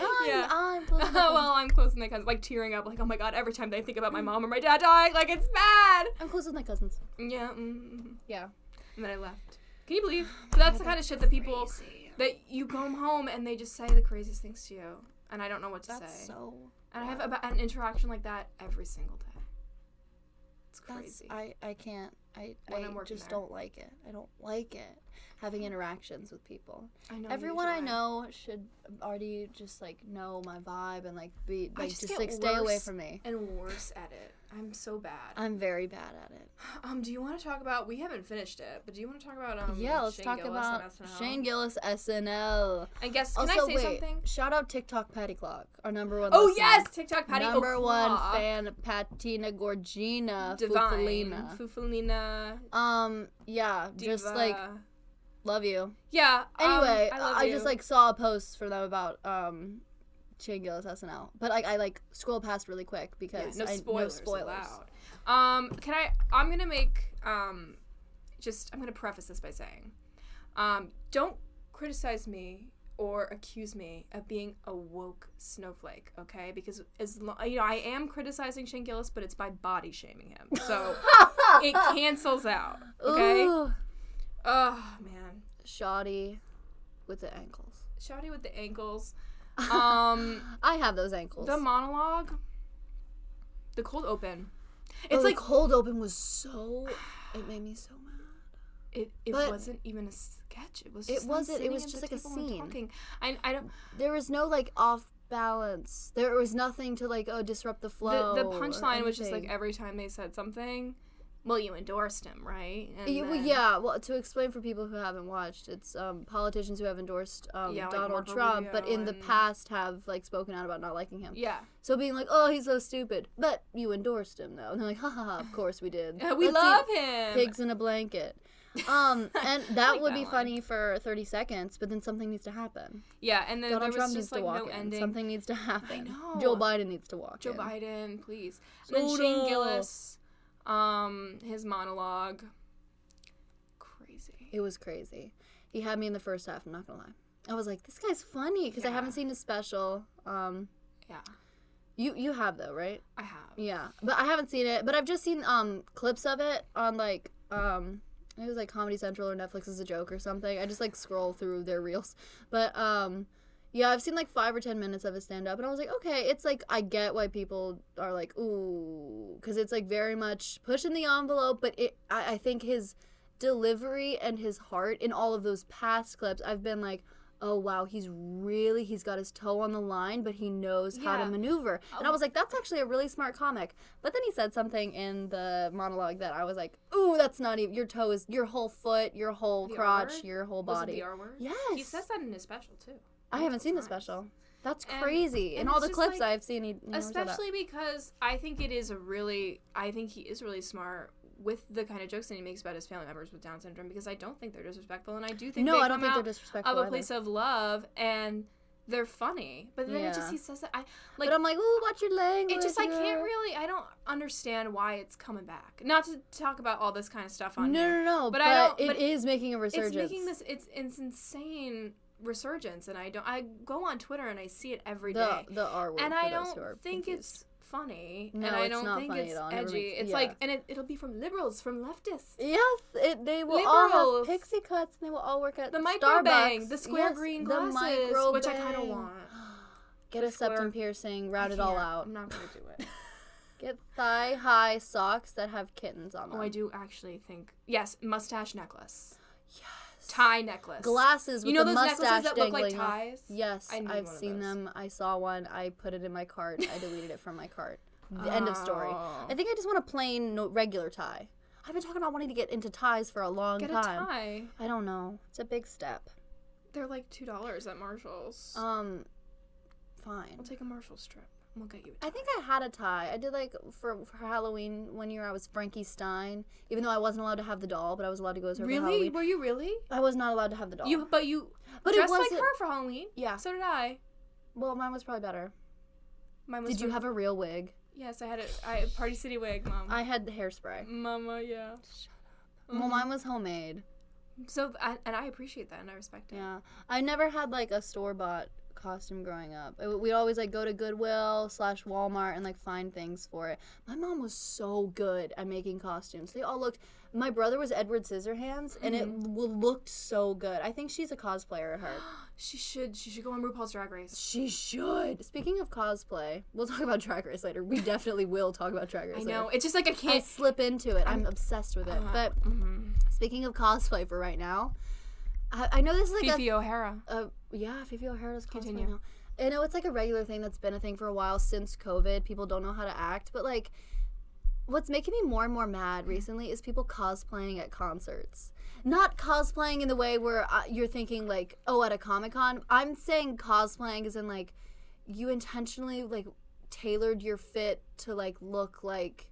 S1: I'm,
S2: yeah.
S1: I'm close. With my cousin.
S2: well, I'm close with my cousins, like tearing up, like oh my god, every time they think about my mom or my dad dying, like it's bad.
S1: I'm close with my cousins.
S2: Yeah. Mm-hmm.
S1: Yeah.
S2: And then I left. Can you believe? So that's the kind of shit that people
S1: Crazy.
S2: that you come home and they just say the craziest things to you, and I don't know what to
S1: That's
S2: say.
S1: so.
S2: and I have about an interaction like that every single day. It's crazy.
S1: That's, I, I can't. I, I
S2: When I'm working
S1: just
S2: there.
S1: don't like it. I don't like it. Having interactions with people.
S2: I, know.
S1: Everyone
S2: neither
S1: I
S2: do
S1: know should already just like know my vibe and like be
S2: I
S1: like
S2: just
S1: just,
S2: get
S1: like stay away
S2: worse.
S1: from me.
S2: And worse at it. I'm so bad.
S1: I'm very bad at it.
S2: Um, do you want to talk about? We haven't finished it, but do you want to talk about? Um,
S1: yeah, let's
S2: Shane
S1: talk
S2: Gillis on
S1: about
S2: SNL?
S1: Shane Gillis SNL.
S2: I guess. Can
S1: also,
S2: I say
S1: wait,
S2: something?
S1: shout out TikTok Patty Clock, our number one.
S2: Oh
S1: listener.
S2: yes, TikTok Patty
S1: number
S2: O'Clock.
S1: one fan Patina Gorgina
S2: Divine.
S1: Fufalina.
S2: Fufalina.
S1: Um, yeah, just like
S2: Diva.
S1: love you.
S2: Yeah. um,
S1: Anyway,
S2: I,
S1: I,
S2: love
S1: I
S2: you.
S1: just like saw a post from them about um Shane Gillis SNL, but like I like scroll past really quick
S2: Yeah,
S1: because
S2: no
S1: I,
S2: spoilers.
S1: no spoilers.
S2: allowed. Um, can I? I'm gonna make um, just I'm gonna preface this by saying, um, don't criticize me or accuse me of being a woke snowflake, okay? Because as lo- you know, I am criticizing Shane Gillis, but it's by body shaming him, so it cancels out, okay?
S1: Ooh,
S2: Oh man,
S1: shoddy with the ankles.
S2: shouty with the ankles. Um.
S1: I have those ankles.
S2: The monologue, the cold open.
S1: Oh,
S2: It's
S1: the
S2: like
S1: cold open was so. It made me so mad.
S2: it, it
S1: but-
S2: wasn't even a sketch. It was.
S1: It
S2: Just them
S1: wasn't, it
S2: sitting
S1: was
S2: at the
S1: just like a
S2: table and
S1: scene.
S2: Talking. I I don't.
S1: There was no like off balance. There was nothing to like oh disrupt the flow.
S2: the the
S1: or
S2: punchline was just like
S1: anything.
S2: every time they said something, well, you endorsed him, right? And
S1: You- well,
S2: then-
S1: yeah, well, to explain for people who haven't watched, it's um, politicians who have endorsed um,
S2: Yeah, like
S1: Donald
S2: Marco
S1: Trump, but
S2: Rubio
S1: in the
S2: and-
S1: past have like spoken out about not liking him.
S2: Yeah.
S1: So being like, oh, he's so stupid, but you endorsed him though, and they're like, ha ha, ha, of course we did.
S2: Uh, we
S1: Let's eat
S2: love him.
S1: pigs in a blanket. Um, and that
S2: like
S1: would
S2: that
S1: be
S2: one.
S1: funny for thirty seconds, but then something needs to happen.
S2: Yeah, and then there
S1: Donald
S2: was
S1: Trump needs
S2: just
S1: to
S2: like
S1: walk
S2: no
S1: in.
S2: ending.
S1: Something needs to happen.
S2: know.
S1: Joe Biden needs to walk
S2: Joe
S1: in.
S2: Biden, please. And then
S1: Soda.
S2: Shane Gillis, um, his monologue. Crazy.
S1: It was crazy. He had me in the first half. I'm not gonna lie. I was like, this guy's funny because I
S2: Yeah.
S1: haven't seen his special. Um,
S2: Yeah,
S1: you you have though, right?
S2: I have.
S1: Yeah, but I haven't seen it. But I've just seen um clips of it on like um. It was like Comedy Central or Netflix is a joke or something. I just like scroll through their reels. But um yeah, I've seen like 5 or 10 minutes of his stand up and I was like, "Okay, it's like I get why people are like, "Ooh," cuz it's like very much pushing the envelope, but it I, I think his delivery and his heart in all of those past clips, I've been like, "Oh wow, he's really he's got his toe on the line, but he knows how
S2: Yeah.
S1: to maneuver." And I
S2: Oh.
S1: was like, "That's actually a really smart comic." But then he said something in the monologue that I was like, "Ooh, that's not even your toe is your whole foot, your whole
S2: The R
S1: crotch,
S2: word?
S1: your whole
S2: Was it
S1: body."
S2: the R word?
S1: Yes.
S2: He says that in his special too.
S1: I haven't seen the
S2: multiple times.
S1: special. That's
S2: And-
S1: crazy.
S2: and
S1: in all
S2: it's
S1: the
S2: just
S1: clips
S2: like-
S1: I've seen, he he never said that.
S2: Especially because I think it is a really, I think he is really smart with the kind of jokes that he makes about his family members with Down syndrome because I don't think they're disrespectful and I do think
S1: No,
S2: they
S1: I don't
S2: come
S1: think they're
S2: out
S1: disrespectful.
S2: of a
S1: either.
S2: place of love and they're funny, but then it
S1: Yeah.
S2: just he says that I like
S1: but I'm like, oh, watch your language.
S2: it just I can't
S1: girl."
S2: really I don't understand why it's coming back. Not to talk about all this kind of stuff on
S1: No, no,
S2: here.
S1: no.
S2: But
S1: But,
S2: I don't-
S1: it
S2: but
S1: is making a resurgence.
S2: It's making this it's it's insane resurgence, and I don't I go on Twitter and I see it every day.
S1: the the R word.
S2: and I
S1: for those
S2: don't
S1: who are
S2: think
S1: confused.
S2: it's funny.
S1: No,
S2: and I
S1: it's
S2: don't
S1: not
S2: think
S1: funny
S2: it's
S1: at all. It never
S2: edgy.
S1: makes-
S2: it's
S1: yeah.
S2: like, and it, it'll be from liberals, from leftists.
S1: Yes, it, they will all
S2: Liberals.
S1: have pixie cuts and they will all work at
S2: The micro
S1: Starbucks.
S2: bang, the square
S1: Yes,
S2: green
S1: the
S2: glasses,
S1: micro
S2: which I kind of
S1: bang.
S2: want.
S1: Get a
S2: square-
S1: septum piercing, route
S2: I
S1: it all
S2: can't.
S1: out.
S2: I'm not gonna do it.
S1: Get thigh high socks that have kittens on them.
S2: oh, I do actually think yes, mustache necklace,
S1: Yes.
S2: tie necklace,
S1: Glasses with
S2: You know
S1: the
S2: those
S1: mustache
S2: necklaces that look like
S1: dangling off.
S2: ties?
S1: Yes,
S2: I need
S1: I've
S2: one of
S1: seen
S2: those.
S1: them. I saw one. I put it in my cart. I deleted it from my cart. The End of story.
S2: Oh.
S1: I think I just want a plain no, regular tie. I've been talking about wanting to get into ties for a long
S2: Get a
S1: time.
S2: tie.
S1: I don't know. It's a big step.
S2: They're like two dollars at Marshalls.
S1: Um, fine.
S2: we'll take a Marshalls trip. and We'll get you. A
S1: I think I had a tie. I did like for, for Halloween one year. I was Frankie Stein, even though I wasn't allowed to have the doll, but I was allowed to go as her for
S2: really?
S1: Halloween.
S2: Were you really?
S1: I was not allowed to have the doll.
S2: You but you
S1: But it
S2: dressed like
S1: wasn't-
S2: her for Halloween.
S1: yeah.
S2: So did I.
S1: Well, mine was probably better.
S2: Mine was
S1: Did you
S2: for-
S1: have a real wig?
S2: Yes, I had it. I had Party City wig, mom.
S1: I had the hairspray.
S2: Mama, yeah. Mm-hmm.
S1: Well, mine was homemade.
S2: So I, and I appreciate that and I respect it.
S1: Yeah, I never had like a store bought costume growing up. It- We'd always like go to Goodwill slash Walmart and like find things for it. My mom was so good at making costumes. They all looked. My brother was Edward Scissorhands, and it
S2: Mm-hmm.
S1: w- looked so good. I think she's a cosplayer at heart.
S2: She should. She should go on RuPaul's Drag Race.
S1: she should. Speaking of cosplay, we'll talk about Drag Race later. We definitely will talk about Drag Race.
S2: I
S1: later.
S2: know. Uh-huh. It's just like I
S1: I
S2: can't.
S1: slip into it. I'm, obsessed with it. but
S2: Mm-hmm.
S1: speaking of cosplay for right now, I, I know this is like a
S2: Fifi O'Hara.
S1: uh, yeah, Fifi O'Hara does cosplay
S2: Continue.
S1: now. I know it's like a regular thing that's been a thing for a while since COVID. People don't know how to act, but like, what's making me more and more
S2: Mm-hmm.
S1: mad recently is people cosplaying at concerts. Not cosplaying in the way where uh, you're thinking like, oh, at a comic con. I'm saying cosplaying is in like, you intentionally like tailored your fit to like look like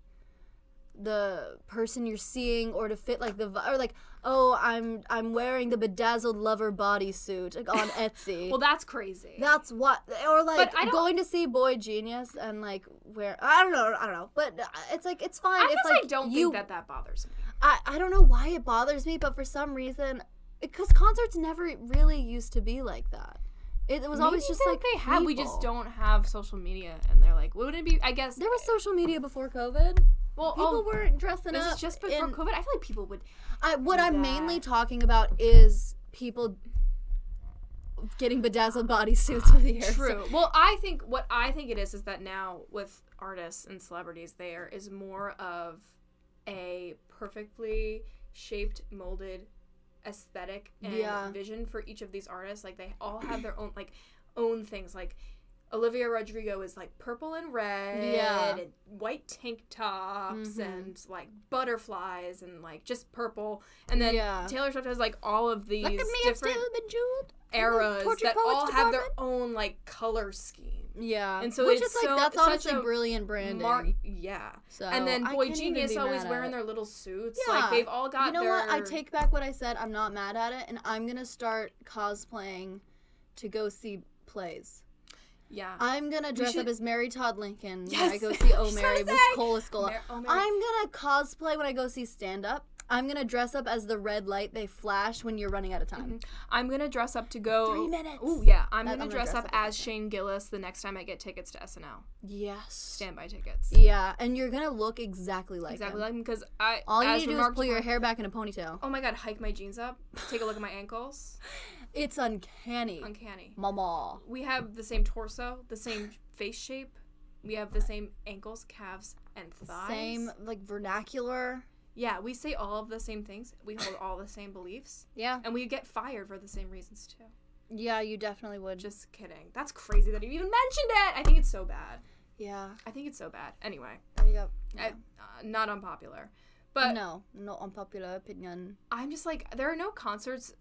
S1: the person you're seeing or to fit like the vi- or like oh i'm i'm wearing the bedazzled lover bodysuit like on etsy
S2: Well, that's crazy.
S1: that's what or like
S2: But I don't-
S1: going to see boy genius and like where i don't know i don't know but uh, it's like it's fine
S2: I
S1: if
S2: guess
S1: like
S2: I don't
S1: you
S2: think that that bothers me.
S1: I, I don't know why it bothers me but for some reason because concerts never really used to be like that it, was always just like
S2: they have. We
S1: people.
S2: just don't have social media, and they're like, wouldn't it be? I guess
S1: there was social media before covid
S2: well,
S1: people
S2: oh,
S1: weren't dressing
S2: this
S1: up
S2: is just before
S1: in-
S2: COVID. I feel like people would.
S1: I, what I'm
S2: that.
S1: mainly talking about is people getting bedazzled bodysuits with the hair.
S2: True. Well, I think what I think it is is that now with artists and celebrities, there is more of a perfectly shaped, molded aesthetic and
S1: Yeah.
S2: vision for each of these artists. Like they all have their own like own things. Like Olivia Rodrigo is like purple and red,
S1: Yeah. Mm-hmm.
S2: and white tank tops, and like butterflies, and like just purple. And then
S1: Yeah.
S2: Taylor Swift has like all of these
S1: Look at me, I'm
S2: different
S1: still bejeweled.
S2: eras
S1: Tortured
S2: that
S1: Poets
S2: all have their own like color scheme.
S1: Yeah,
S2: And so
S1: which
S2: it's
S1: is like
S2: so-
S1: that's
S2: such
S1: honestly
S2: a
S1: brilliant branding.
S2: Mar- yeah.
S1: so
S2: and then
S1: Oh, I
S2: Boy
S1: can't even
S2: Genius
S1: be
S2: always
S1: mad at
S2: wearing
S1: it.
S2: their little suits.
S1: Yeah.
S2: Like they've all got.
S1: You know
S2: their...
S1: what? I take back what I said. I'm not mad at it, and I'm gonna start cosplaying to go see plays.
S2: Yeah.
S1: I'm gonna dress
S2: should-
S1: up as Mary Todd Lincoln when I
S2: Yes.
S1: go see
S2: I
S1: Oh
S2: was
S1: Mary
S2: gonna
S1: with
S2: say.
S1: Cola Scola.
S2: Mar- Oh, Mary.
S1: I'm gonna cosplay when I go see stand up. I'm gonna dress up as the red light they flash when you're running out of time.
S2: I'm gonna dress up to go.
S1: Three minutes.
S2: Oh yeah. I'm
S1: That-
S2: gonna
S1: I'm gonna
S2: dress
S1: dress
S2: up
S1: up
S2: as Shane Gillis the next time I get tickets to SNL.
S1: Yes.
S2: Standby tickets.
S1: Yeah, and you're gonna look exactly like
S2: Exactly
S1: him.
S2: like because I.
S1: All you
S2: as
S1: need to do is
S2: remarked
S1: pull your
S2: upon-
S1: hair back in a ponytail.
S2: Oh my god! Hike my jeans up. Take a look at my ankles.
S1: It's uncanny.
S2: Uncanny.
S1: Mama.
S2: We have the same torso, the same face shape. We have the same ankles, calves, and thighs.
S1: Same like vernacular.
S2: Yeah, we say all of the same things. We hold all the same beliefs.
S1: Yeah.
S2: And we get fired for the same reasons too.
S1: Yeah, you definitely would.
S2: Just kidding. That's crazy that you even mentioned it. I think it's so bad.
S1: yeah.
S2: I think it's so bad. Anyway,
S1: There you go.
S2: I, uh, not unpopular, but
S1: no, not unpopular opinion.
S2: I'm just like there are no concerts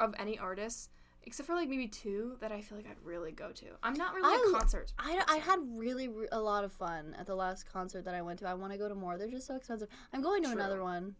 S2: of any artists except for like maybe two that I feel like I'd really go to. I'm not really
S1: I
S2: a
S1: l-
S2: concert.
S1: I, I had really re- a lot of fun at the last concert that I went to. I want to go to more. They're just so expensive. I'm going to
S2: True.
S1: another one.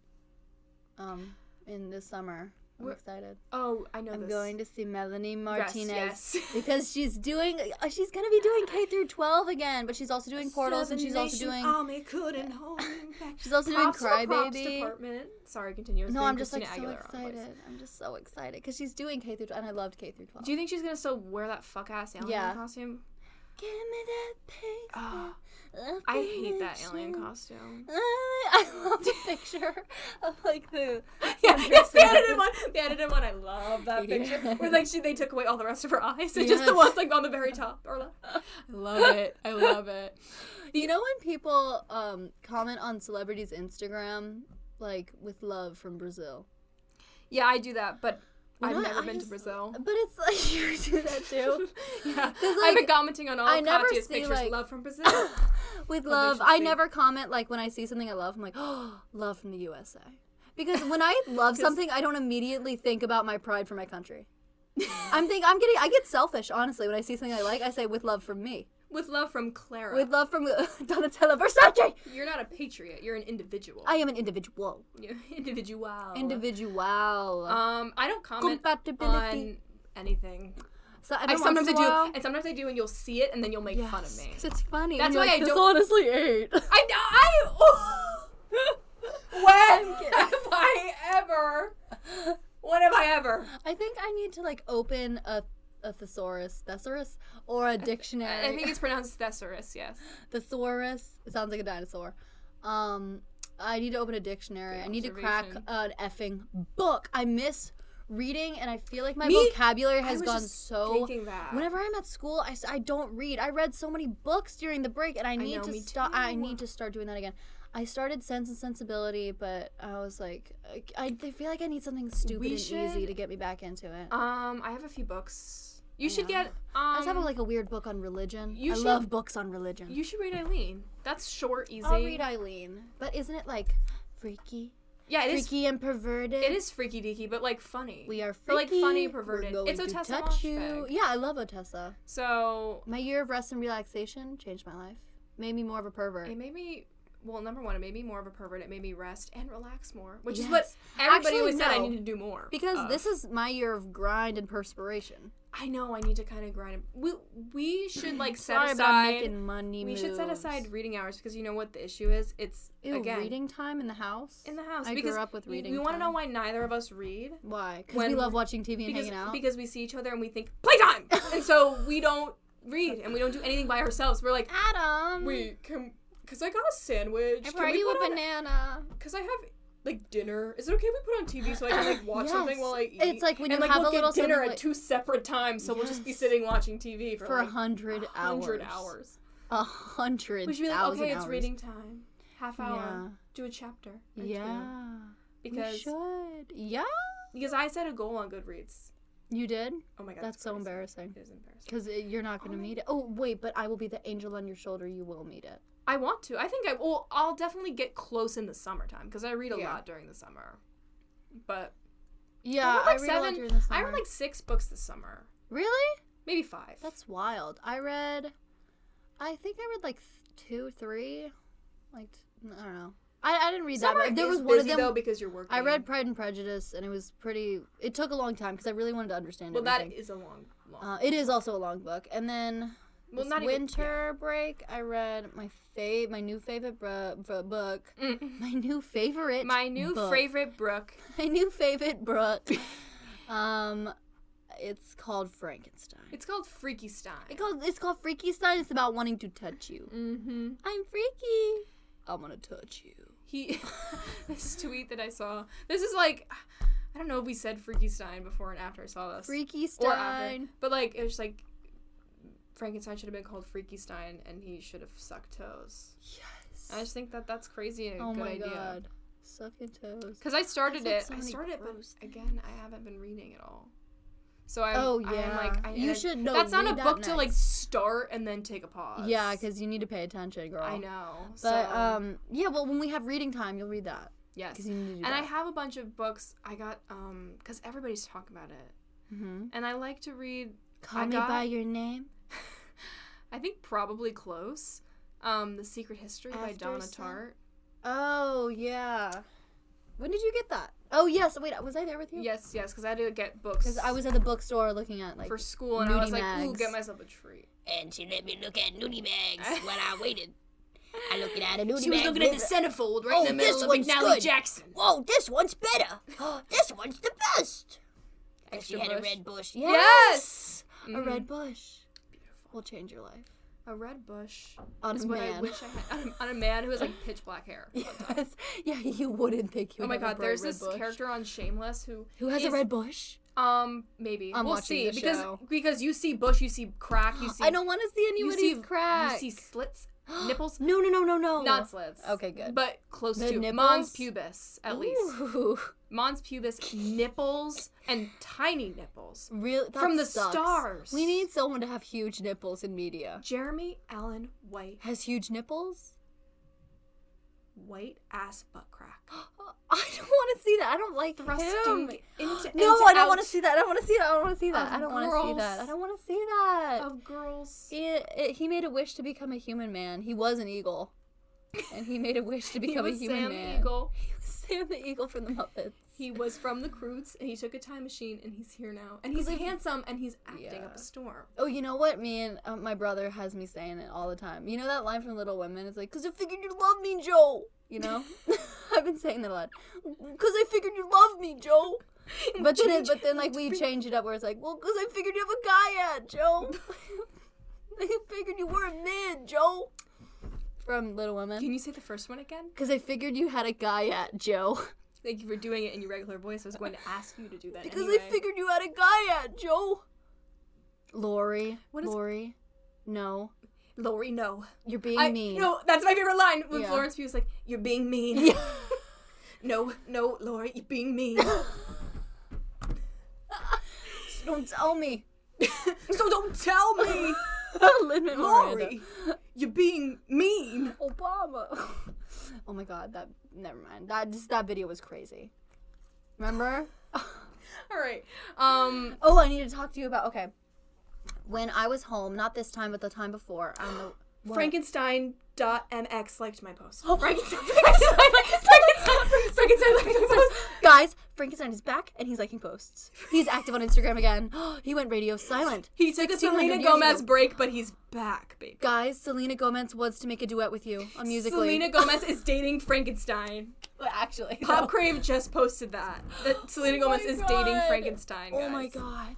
S1: Um, in this summer. I'm
S2: We're-
S1: excited.
S2: Oh, I know
S1: I'm
S2: this.
S1: going to see Melanie Martinez
S2: yes.
S1: because she's doing. uh, She's gonna be doing K through 12 again, but she's also doing Portals and
S2: Seven
S1: she's also
S2: Nation uh,
S1: doing.
S2: Army couldn't hold him back.
S1: She's also doing
S2: Props to the props
S1: Crybaby.
S2: department. Sorry, continue. I was
S1: No,
S2: doing
S1: I'm just like
S2: Christina
S1: so
S2: Aguilera on the voice.
S1: excited. I'm just so excited because she's doing K through 12, and I loved K through 12.
S2: Do you think she's gonna still wear that fuck ass alien
S1: Yeah.
S2: costume?
S1: Give me that pink
S2: Ah,
S1: slip, a
S2: I hate that alien
S1: picture.
S2: costume.
S1: I love the picture of like the
S2: yeah,
S1: Sandra
S2: yes, the
S1: Bullock.
S2: edited one. The edited one. I love that
S1: Yeah.
S2: picture. Where like she, they took away all the rest of her eyes and just the
S1: Yes.
S2: ones like on the very top or left. I love it. I love it.
S1: You know when people um, comment on celebrities' Instagram like with love from Brazil,
S2: Yeah, I do that, but
S1: You know
S2: I've
S1: what,
S2: never
S1: I
S2: been
S1: just-
S2: to Brazil.
S1: but it's like you do that too.
S2: yeah,
S1: 'Cause,
S2: I've been
S1: like,
S2: commenting on all
S1: I
S2: of
S1: never
S2: Katya's
S1: see,
S2: pictures.
S1: like-
S2: love from Brazil.
S1: with
S2: they
S1: love.
S2: should
S1: I
S2: see.
S1: never comment like when I see something I love. I'm like, oh, love from the USA. Because when I love
S2: 'Cause-
S1: something, I don't immediately think about my pride for my country. I'm think I'm getting I get selfish honestly when I see something I like. I say with love from me,
S2: With love from Clara.
S1: with love from Donatella Versace.
S2: You're not a patriot. You're an individual.
S1: I am an individual.
S2: You're individual.
S1: Individual.
S2: Um, I don't comment
S1: Compatibility.
S2: on anything.
S1: so
S2: I
S1: every
S2: sometimes
S1: once
S2: I
S1: in a while-
S2: do, and sometimes I do, and you'll see it, and then you'll make fun of me.
S1: Because it's funny. and
S2: That's
S1: you're
S2: why
S1: like,
S2: I
S1: "This
S2: don't-
S1: honestly ain't.
S2: I I oh.
S1: I'm
S2: when
S1: kidding.
S2: have I ever? When have I ever?
S1: I think I need to like open a, a thesaurus, thesaurus, or a dictionary.
S2: I think it's pronounced thesaurus. Yes.
S1: thesaurus. It sounds like a dinosaur. Um, I need to open a dictionary. I need to crack an effing book. I miss reading, and I feel like my
S2: Me-
S1: vocabulary
S2: I
S1: has
S2: was
S1: gone
S2: just
S1: so.
S2: thinking that.
S1: Whenever I'm at school, I, s- I don't read. I read so many books during the break, and I need
S2: know,
S1: to
S2: me
S1: stop. I
S2: too.
S1: need to start doing that again. I started Sense and Sensibility, but I was like, I, I I feel like I need something stupid
S2: We
S1: and easy
S2: should-
S1: to get me back into it.
S2: um, I have a few books. You should
S1: know.
S2: get. Um,
S1: I just have a, like a weird book on religion.
S2: you
S1: I
S2: should-
S1: love books on religion.
S2: you should read Eileen. That's short, easy.
S1: I'll read Eileen, but isn't it like freaky,
S2: yeah, it is.
S1: freaky and perverted?
S2: It is freaky deaky, but like funny.
S1: We are freaky.
S2: Or, like, funny,
S1: we're
S2: perverted.
S1: going
S2: It's
S1: to
S2: Otessa
S1: touch you.
S2: Moshfegh.
S1: Yeah, I love Otessa.
S2: So
S1: My year of rest and relaxation changed my life. Made me more of a pervert.
S2: It made me well, number one, it made me more of a pervert. It made me rest and relax more, which is what
S1: Yes.
S2: everybody
S1: Actually,
S2: always said I
S1: no.
S2: need to do more
S1: Because
S2: of.
S1: this is my year of grind and perspiration.
S2: I know I need to kind of grind. We we should like set
S1: Sorry about
S2: aside.
S1: making money
S2: we should set
S1: moves.
S2: aside reading hours because you know what the issue is. It's
S1: Ew,
S2: again
S1: reading time in the house.
S2: in the house.
S1: I
S2: because
S1: grew up with
S2: we-
S1: reading.
S2: We want to
S1: time.
S2: know why neither of us read
S1: why. Because we
S2: when-
S1: love watching TV and
S2: because
S1: hanging out.
S2: because we see each other and we think playtime, and so we don't read and we don't do anything by ourselves. We're like,
S1: Adam,
S2: we can. Cause I got a sandwich.
S1: I
S2: Can
S1: brought
S2: we
S1: you
S2: put
S1: a
S2: on-
S1: banana.
S2: Cause I have like dinner. Is it okay if we put on TV so I can like watch something
S1: Yes.
S2: while I eat?
S1: It's like when
S2: and
S1: you
S2: like
S1: have
S2: we'll
S1: a little
S2: get dinner
S1: something
S2: at
S1: like-
S2: two separate times, so we'll just be
S1: Yes.
S2: sitting watching TV for,
S1: for a
S2: like,
S1: hundred hours.
S2: 100 hours.
S1: A hundred.
S2: We should be like,
S1: thousand
S2: okay, it's
S1: hours.
S2: reading time. Half hour.
S1: Yeah.
S2: Do a chapter. or two.
S1: Yeah. we
S2: Because
S1: should. Yeah.
S2: because I set a goal on Goodreads.
S1: You did.
S2: Oh my god,
S1: That's
S2: it's
S1: so
S2: crazy.
S1: embarrassing.
S2: It is embarrassing.
S1: Because you're not gonna meet it. Oh wait, but I will be the angel on your shoulder. You will meet it.
S2: I want to. I think I will. I'll definitely get close in the summertime because I read a
S1: Yeah.
S2: lot during the summer. But
S1: Yeah,
S2: I read like
S1: a lot
S2: seven.
S1: during the
S2: I
S1: summer.
S2: read like six books this summer,
S1: really.
S2: maybe five.
S1: That's wild. I read. I think I read like th- two, three, like t- I don't know. I, I didn't read that.
S2: Summer
S1: But there
S2: is
S1: was one of
S2: busy,
S1: them.
S2: though because you're working.
S1: I read Pride and Prejudice, and it was pretty. It took a long time because I really wanted to understand.
S2: Well,
S1: everything.
S2: that is a long, long.
S1: Uh, it is also a long book. And then
S2: well,
S1: this
S2: not
S1: winter break, I read my fave, my new favorite bro- bro- book,
S2: Even, yeah. Mm.
S1: my new favorite,
S2: My new
S1: book.
S2: favorite Brooke.
S1: my new favorite book. um, it's called Frankenstein.
S2: It's called Freaky Stein.
S1: It's called it's called Freaky Stein. It's about wanting to touch you.
S2: mm-hmm.
S1: I'm freaky. I'm gonna touch you.
S2: He. this tweet that I saw. This is like, I don't know if we said Freaky Stein before and after I saw this.
S1: Freaky
S2: Or after.
S1: Stein.
S2: But like, it was like. Frankenstein should have been called Freaky Stein, and he should have sucked toes.
S1: Yes.
S2: And I just think that that's crazy and a
S1: oh
S2: good
S1: my
S2: idea.
S1: god. Sucking toes.
S2: Because I started
S1: said
S2: it,
S1: so
S2: I
S1: many
S2: started,
S1: gross
S2: but again, I haven't been reading it all. So I'm,
S1: Oh,
S2: I'm like,
S1: yeah.
S2: I,
S1: You
S2: and I-
S1: should- no,
S2: That's not
S1: read
S2: a
S1: that
S2: book to like
S1: next.
S2: start and then take a pause.
S1: Yeah, because you need to pay attention, girl.
S2: I know.
S1: But
S2: so,
S1: um, yeah. Well, when we have reading time, you'll read that
S2: yes.
S1: because you need to do
S2: And I have a bunch of books I got um because everybody's talking about it,
S1: mm-hmm.
S2: and I like to read.
S1: Call
S2: I
S1: me
S2: got-
S1: by your name.
S2: I think probably close. Um, The Secret History by
S1: After
S2: Donna
S1: Sun-
S2: Tartt.
S1: Oh yeah, When did you get that? Oh yes. Wait, was I there with you?
S2: Yes, yes, because I had to get books
S1: Because I was at the bookstore looking at like.
S2: for school, and I was
S1: nudie
S2: like, ooh,
S1: mags.
S2: get myself a treat.
S3: and she let me look at nudie bags while I waited. I looked at a nudie
S2: She was
S3: bag
S2: looking at the
S3: with-
S2: centerfold right
S3: Oh,
S2: in the middle
S3: this
S2: of
S3: one's
S2: McNally
S3: good.
S2: Jackson.
S3: Whoa, this one's better. this one's the best. And she
S2: Extra
S3: had a
S2: bush.
S3: red bush.
S1: Yes. A
S2: Mhm.
S1: red bush. Will change your life.
S2: A red bush
S1: On
S2: is
S1: a
S2: what I
S1: man.
S2: wish I had on a, on a man who has like pitch black hair.
S1: Yes. Yeah, you wouldn't think you.
S2: Oh my
S1: would have a
S2: god, there's
S1: bright red
S2: this
S1: bush.
S2: character on Shameless who
S1: who has a
S2: is-
S1: red bush.
S2: um maybe
S1: I'm
S2: we'll
S1: watching
S2: see
S1: the
S2: because
S1: show.
S2: because you see bush, you see crack, you see
S1: I don't want to see
S2: you
S1: anybody's
S2: see
S1: crack.
S2: you see slits, nipples,
S1: No, no, no, no, no.
S2: not slits.
S1: Okay, good.
S2: But close
S1: The
S2: to
S1: nipples?
S2: Mons pubis at least.
S1: Ooh.
S2: Mons pubis nipples and tiny nipples.
S1: Really? that
S2: From the
S1: sucks.
S2: stars.
S1: We need someone to have huge nipples in media.
S2: Jeremy Allen White,
S1: Has huge nipples?
S2: white ass butt crack.
S1: I don't want to see that. I don't like him.
S2: Thrusting into
S1: No, I don't want to
S2: to
S1: see that. I don't want to see that. I don't want to see that.
S2: Of
S1: I don't want to see
S2: girls.
S1: that. I don't want to see that.
S2: of girls.
S1: It, it, he made a wish to become a human man. He was an eagle, and he made a wish to
S2: He
S1: become
S2: was
S1: a human
S2: Sam the
S1: man.
S2: Eagle.
S1: Sam the eagle from the Muppets.
S2: He was from the Croods, and he took a time machine, and he's here now. And he's handsome, and he's acting up
S1: Yeah.
S2: a storm.
S1: Oh, you know what? Me and uh, my brother has me saying it all the time. You know that line from Little Women? It's like, "Cause I figured you love me, Joe." You know, I've been saying that a lot. "Cause I figured you love me, Joe." But then, it, but then, like we've changed it up where it's like, "Well, cause I figured you have a guy at Joe." I figured you were a man, Joe. From Little Women.
S2: Can you say the first one again?
S1: Cause I figured you had a guy at Joe.
S2: Thank you for doing it in your regular voice. I was going to ask you to do that.
S1: Because
S2: anyway.
S1: I figured you had a guy at Joe. Lori.
S2: What is-
S1: Lori. No.
S2: Lori, no,
S1: You're being
S2: I
S1: mean.
S2: no, that's my favorite line. When
S1: Yeah.
S2: Florence Pugh was like, "You're being mean."
S1: Yeah.
S2: No, no, Lori, you're being mean.
S1: Don't tell me.
S2: so don't tell me,
S1: Lin-Manuel
S2: Lori,
S1: Miranda.
S2: you're being mean.
S1: Obama. oh my god, that never mind. That just that video was crazy. Remember?
S2: All right. Um.
S1: oh, I need to talk to you about okay. When I was home, not this time, but the time before, on the what?
S2: Frankenstein.mx liked my post.
S1: Oh,
S2: Frankenstein, Frankenstein, Frankenstein, Frankenstein liked my post.
S1: Guys, Frankenstein is back and he's liking posts. He's active on Instagram again. he went radio silent.
S2: He took a
S1: 1600
S2: Selena
S1: years
S2: Gomez
S1: ago.
S2: break, but he's back, baby.
S1: Guys, Selena Gomez wants to make a duet with you on Musically.
S2: Selena Gomez is dating Frankenstein.
S1: actually.
S2: Pop Crave just posted that. That Selena Gomez is dating
S1: Oh God.
S2: Frankenstein.
S1: Oh my
S2: guys.
S1: god.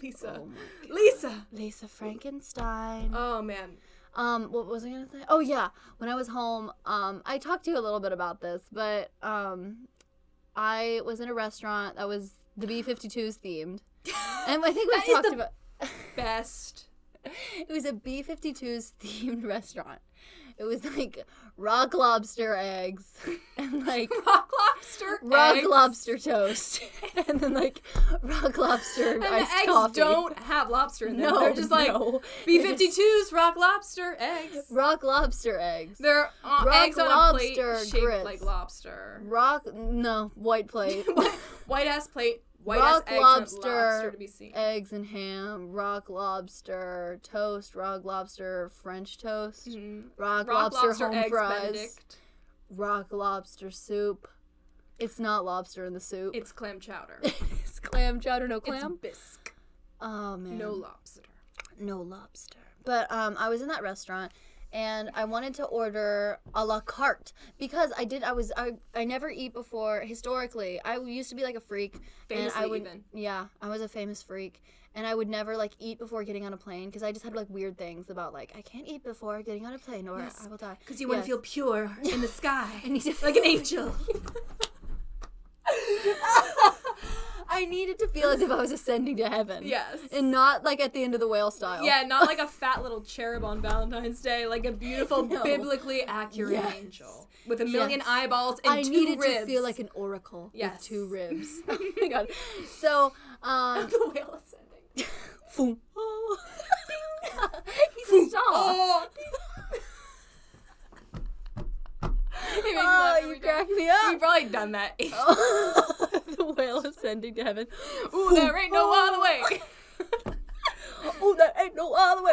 S2: Lisa.
S1: Oh my
S2: Lisa.
S1: Lisa Frankenstein.
S2: Oh man.
S1: Um, what was I gonna say? Oh yeah, when I was home, um, I talked to you a little bit about this, but um, I was in a restaurant that was the B52s themed, and I think
S2: That
S1: we
S2: is
S1: talked
S2: the-
S1: about.
S2: Best.
S1: It was a B52s themed restaurant. It was like rock lobster eggs and like
S2: Rock lobster.
S1: rock
S2: eggs.
S1: lobster toast and then like rock lobster
S2: And
S1: iced
S2: the eggs
S1: coffee.
S2: don't have lobster in them.
S1: No,
S2: They're just like
S1: no.
S2: B52s, rock lobster, eggs.
S1: rock lobster eggs.
S2: They're uh,
S1: Rock
S2: eggs on a plate
S1: lobster
S2: shaped
S1: grits.
S2: like lobster.
S1: rock no white plate.
S2: White ass plate, white
S1: Rock
S2: ass eggs
S1: lobster.
S2: and lobster to be seen.
S1: eggs and ham, rock lobster toast, rock lobster French toast,
S2: Mhm.
S1: rock,
S2: Rock
S1: lobster,
S2: lobster,
S1: home
S2: eggs
S1: fries,
S2: Benedict.
S1: rock lobster soup. It's not lobster in the soup.
S2: It's clam chowder.
S1: It's clam chowder, no clam.
S2: It's bisque.
S1: oh man,
S2: No lobster.
S1: no lobster. But um, I was in that restaurant. And I wanted to order a la carte because I did. I was I, I never eat before. Historically, I used to be like a freak,
S2: Famously
S1: and I would
S2: even.
S1: Yeah, I was a famous freak, and I would never like eat before getting on a plane because I just had like weird things about like I can't eat before getting on a plane or I will die.
S2: Because you want
S1: Yes.
S2: to feel pure in the sky.
S1: need to
S2: like an angel.
S1: I needed to feel as if I was ascending to heaven.
S2: yes.
S1: and not like at the end of the whale style.
S2: yeah, not like a fat little cherub on Valentine's Day, like a beautiful,
S1: No.
S2: biblically accurate
S1: Yes.
S2: angel with a million
S1: Yes.
S2: eyeballs and
S1: I
S2: two
S1: needed
S2: ribs.
S1: to feel like an oracle
S2: Yes.
S1: with two ribs. oh my god. So, um,
S2: the whale ascending.
S1: Foom. He's a star.
S2: Oh, It makes Ah, me laugh
S1: Oh,
S2: every
S1: you
S2: time.
S1: crack me
S2: We've
S1: up.
S2: probably done that.
S1: the whale ascending to heaven.
S2: Ooh, there ain't no other way.
S1: oh, that ain't no other way.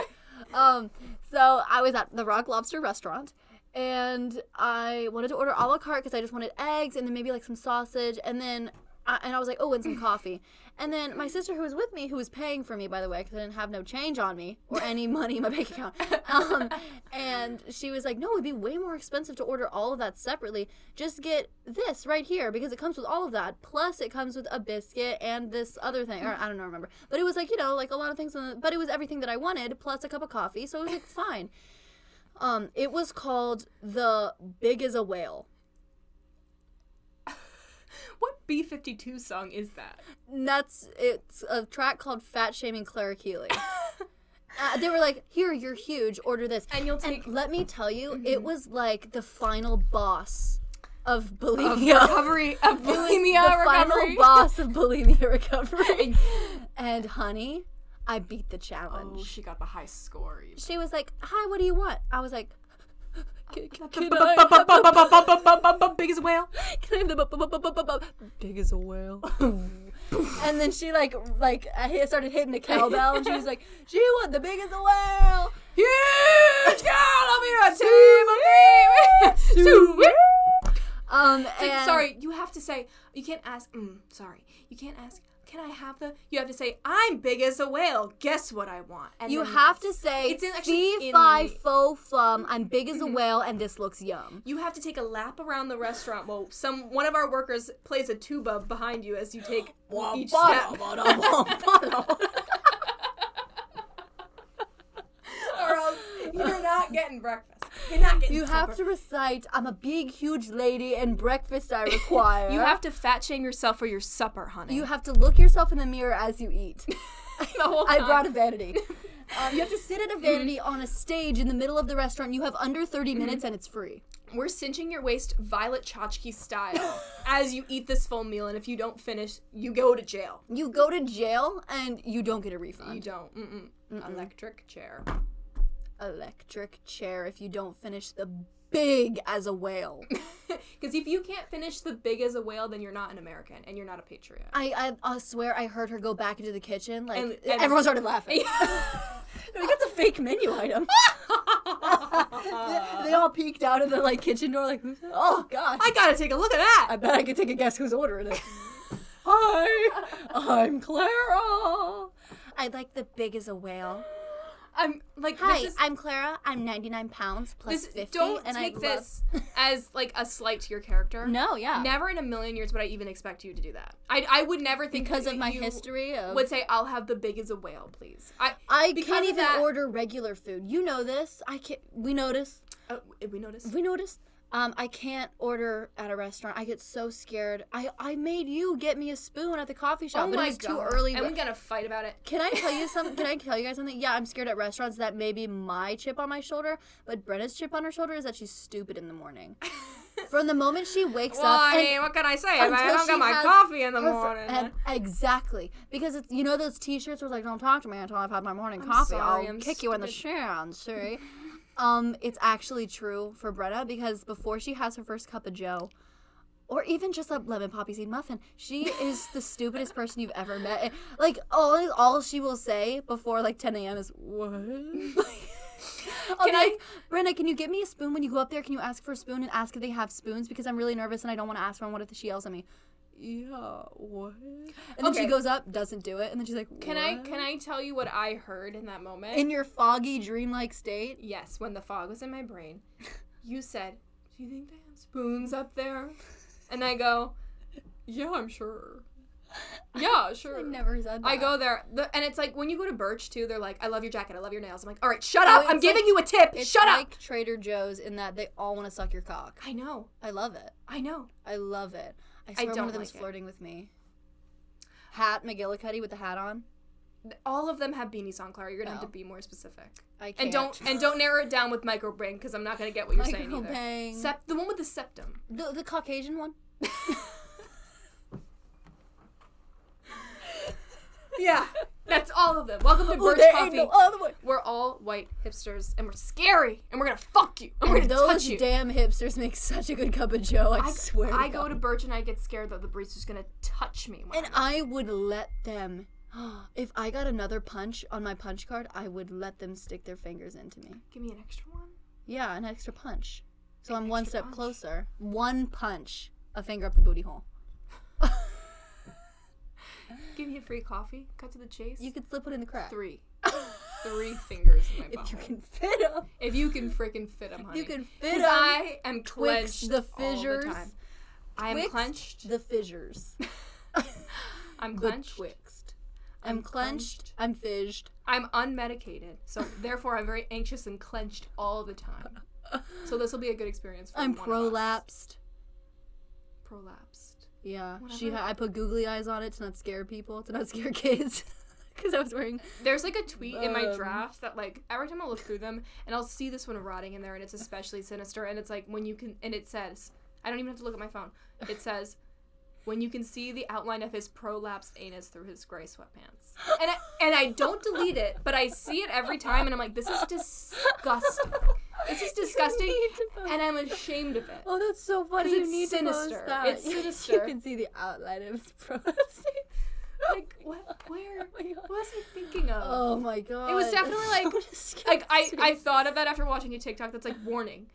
S1: Um, so I was at the Rock Lobster restaurant, and I wanted to order a la carte because I just wanted eggs and then maybe like some sausage and then I, and I was like, oh, and some coffee. And then my sister who was with me, who was paying for me by the way, because I didn't have no change on me or any money in my bank account, um, and she was like, no, it'd be way more expensive to order all of that separately. Just get this right here because it comes with all of that. Plus, it comes with a biscuit and this other thing, or I don't know, remember. But it was like you know, like a lot of things. On the, but it was everything that I wanted plus a cup of coffee, so it was like fine. Um, it was called the Big as a Whale.
S2: What B fifty two song is that?
S1: And that's it's a track called Fat Shaming Clara Keeley. Uh, they were like, "Here, you're huge. Order this."
S2: And you'll take Mm-hmm.
S1: Let me tell you, it was like the final boss of
S2: of
S1: bulimia.
S2: recovery of
S1: It was
S2: bulimia
S1: the final
S2: recovery.
S1: boss of bulimia recovery. and honey, I beat the
S2: Oh,
S1: challenge.
S2: she got the high score. even.
S1: she was like, "Hi, what do you want?" I was like, "Can, can, can I have
S2: Big as a whale.
S1: Can I have the bu- bu- bu- bu- bu- bu- bu- big as a whale? and then she like like I hit- started hitting the cowbell, and she was like, "She was the big as a whale."
S2: Huge girl over here, a team of me.
S1: Um,
S2: Like,
S1: and
S2: sorry, you have to say you can't ask. Mm, sorry, you can't ask. Can I have the? You have to say I'm big as a whale. Guess what I want. And
S1: you
S2: then
S1: have to
S2: that's-
S1: say
S2: It's in- actually
S1: fee
S2: in Mm-hmm.
S1: fi
S2: the-
S1: fo flum. I'm big as a whale, and this looks yum.
S2: You have to take a lap around the restaurant while some one of our workers plays a tuba behind you as you take each step. or else you're not getting breakfast. You're not getting.
S1: You have to recite, "I'm a big, huge lady, and breakfast I require."
S2: You have to fat shame yourself for your supper, honey.
S1: You have to look yourself in the mirror as you eat.
S2: the whole
S1: I
S2: time. Mm-hmm.
S1: brought a vanity. Um, you have to sit at a vanity on a stage in the middle of the restaurant. You have under 30 minutes and it's free.
S2: We're cinching your waist Violet Chachki style as you eat this full meal, and if you don't finish, you go to jail.
S1: You go to jail and you don't get a
S2: You
S1: refund.
S2: don't. Mm-mm. Electric chair.
S1: Electric chair if you don't finish the big as a whale.
S2: Because if you can't finish the big as a whale, then you're not an American and you're not a patriot.
S1: I, I I swear I heard her go back into the kitchen. Like e-,
S2: And- and-
S1: everyone started laughing. They're like, that's a fake menu item. they, they all peeked out of the like kitchen door. Like, "Who's that?" oh gosh.
S2: I gotta take a look at that.
S1: I bet I can take a guess who's ordering it. Hi, I'm Clara. I like the big as a whale.
S2: I'm like,
S1: Hi,
S2: this is,
S1: I'm Clara. I'm 99 pounds plus
S2: this,
S1: 50,
S2: don't
S1: and
S2: take
S1: I
S2: this as like a slight to your character.
S1: Love... No, yeah,
S2: Never in a million years would I even expect you to do that. I, I would never think
S1: because
S2: that
S1: of my
S2: you
S1: history of.
S2: Would say I'll have the big as a whale, please. I
S1: I
S2: because
S1: can't
S2: of
S1: even
S2: that-
S1: order regular food. You know this. I can't. We noticed.
S2: oh, we noticed.
S1: We noticed. Um, I can't order at a restaurant. I get so scared. I I made you get me a spoon at the coffee shop, but it was too early.
S2: Oh And we got to fight about it.
S1: Can I tell you something? Can I tell you guys something? Yeah, I'm scared at restaurants that may be my chip on my shoulder, but Brenna's chip on her shoulder is that she's stupid in the morning. From the moment she wakes
S2: Well,
S1: up,
S2: I
S1: and
S2: mean, what can I say? If I
S1: until
S2: don't
S1: she
S2: got my
S1: has
S2: coffee in the
S1: her fr-
S2: morning.
S1: and- exactly because it's you know those T-shirts where it's like "Don't talk to me until I've had my morning coffee.
S2: sorry,
S1: I'll
S2: I'm
S1: kick you in the shin." Sorry. um, it's actually true for Brenna because before she has her first cup of Joe. Or even just a lemon poppy seed muffin. She is the stupidest person you've ever met. And, Like all, all she will say before like 10 a.m. is what? I'll
S2: Can
S1: be
S2: I-
S1: like, Brenna, can you get me a spoon when you go up there? Can you ask for a spoon and ask if they have spoons because I'm really nervous and I don't want to ask for one. What if she yells at me? yeah, what? And then she
S2: Okay.
S1: goes up, doesn't do it, and then she's like,
S2: can I can
S1: "What?"
S2: I tell you what I heard in that moment?
S1: In your foggy, dreamlike state,
S2: yes, when the fog was in my brain, you said, "Do you think they have spoons up there?" And I go, "Yeah, I'm sure." Yeah, sure.
S1: I never said that.
S2: I go there, the, and it's like when you go to Birch too. They're like, "I love your jacket. I love your nails." I'm like, "All right, shut
S1: Oh,
S2: up.
S1: it's
S2: I'm
S1: like-
S2: giving you a tip.
S1: It's
S2: Shut
S1: like
S2: up."
S1: Trader Joe's in that they all want to suck your cock.
S2: I know.
S1: I love it.
S2: I know.
S1: I love it. I swear one
S2: don't
S1: of them is
S2: like it.
S1: flirting with me. Hat McGillicuddy with the hat on.
S2: All of them have beanies on, Clara. You're gonna have
S1: No.
S2: to be more specific.
S1: I can't.
S2: And don't and don't narrow it down with micro brain because I'm not gonna get what you're saying
S1: Micro
S2: either.
S1: bang.
S2: Sep- the one with the septum.
S1: the, the Caucasian one.
S2: Yeah, that's all of them. Welcome to
S1: Ooh,
S2: Birch
S1: there ain't
S2: Coffee.
S1: no other way.
S2: we're all white hipsters, and we're scary, and we're gonna fuck you, and we're
S1: And
S2: gonna
S1: those
S2: touch you.
S1: damn hipsters make such a good cup of Joe. I,
S2: I
S1: swear.
S2: I
S1: to
S2: go
S1: God.
S2: to Birch and I get scared that the barista's gonna touch me. When
S1: And I would let them. If I got another punch on my punch card, I would let them stick their fingers into me.
S2: give me an extra one.
S1: Yeah, an extra punch. So I'm one
S2: extra
S1: step
S2: punch.
S1: closer. One punch, a finger up the booty hole.
S2: Give me a free coffee. Cut to the chase.
S1: You could slip it in the crack.
S2: three, three fingers in my
S1: If
S2: butthole.
S1: you can fit 'em.
S2: if you can freaking fit them, honey.
S1: You can fit
S2: 'Cause
S1: 'em.
S2: I am
S1: Twix
S2: clenched
S1: the
S2: all
S1: fissures.
S2: the time. I am
S1: Twixt
S2: clenched.
S1: The fissures.
S2: I'm
S1: The
S2: clenched.
S1: twixt. I'm,
S2: I'm
S1: clenched.
S2: clenched.
S1: I'm fished.
S2: I'm unmedicated, so therefore I'm very anxious and clenched all the time. So this will be a good experience for
S1: I'm
S2: one of
S1: prolapsed.
S2: us. Prolapsed.
S1: Yeah, she.
S2: Whatever.
S1: ha- I put googly eyes on it to not scare people, to not scare kids, because I was wearing.
S2: There's like a tweet in my
S1: Um.
S2: draft that like every time I look through them and I'll see this one rotting in there and it's especially sinister and it's like when you can and it says I don't even have to look at my phone. It says when you can see the outline of his prolapsed anus through his gray sweatpants. And I, and I don't delete it, but I see it every time and I'm like this is disgusting. This is disgusting
S1: need to post
S2: and I'm ashamed of it.
S1: Oh, that's so funny!
S2: 'Cause
S1: You
S2: it's
S1: need to
S2: sinister.
S1: post that.
S2: It's sinister.
S1: you can see the outline of his prolapse.
S2: Like what where
S1: Oh my god.
S2: what was I thinking of?
S1: Oh my god!
S2: definitely
S1: That's
S2: like-
S1: so
S2: like I,
S1: disgusting.
S2: I thought of that after watching a TikTok that's like warning.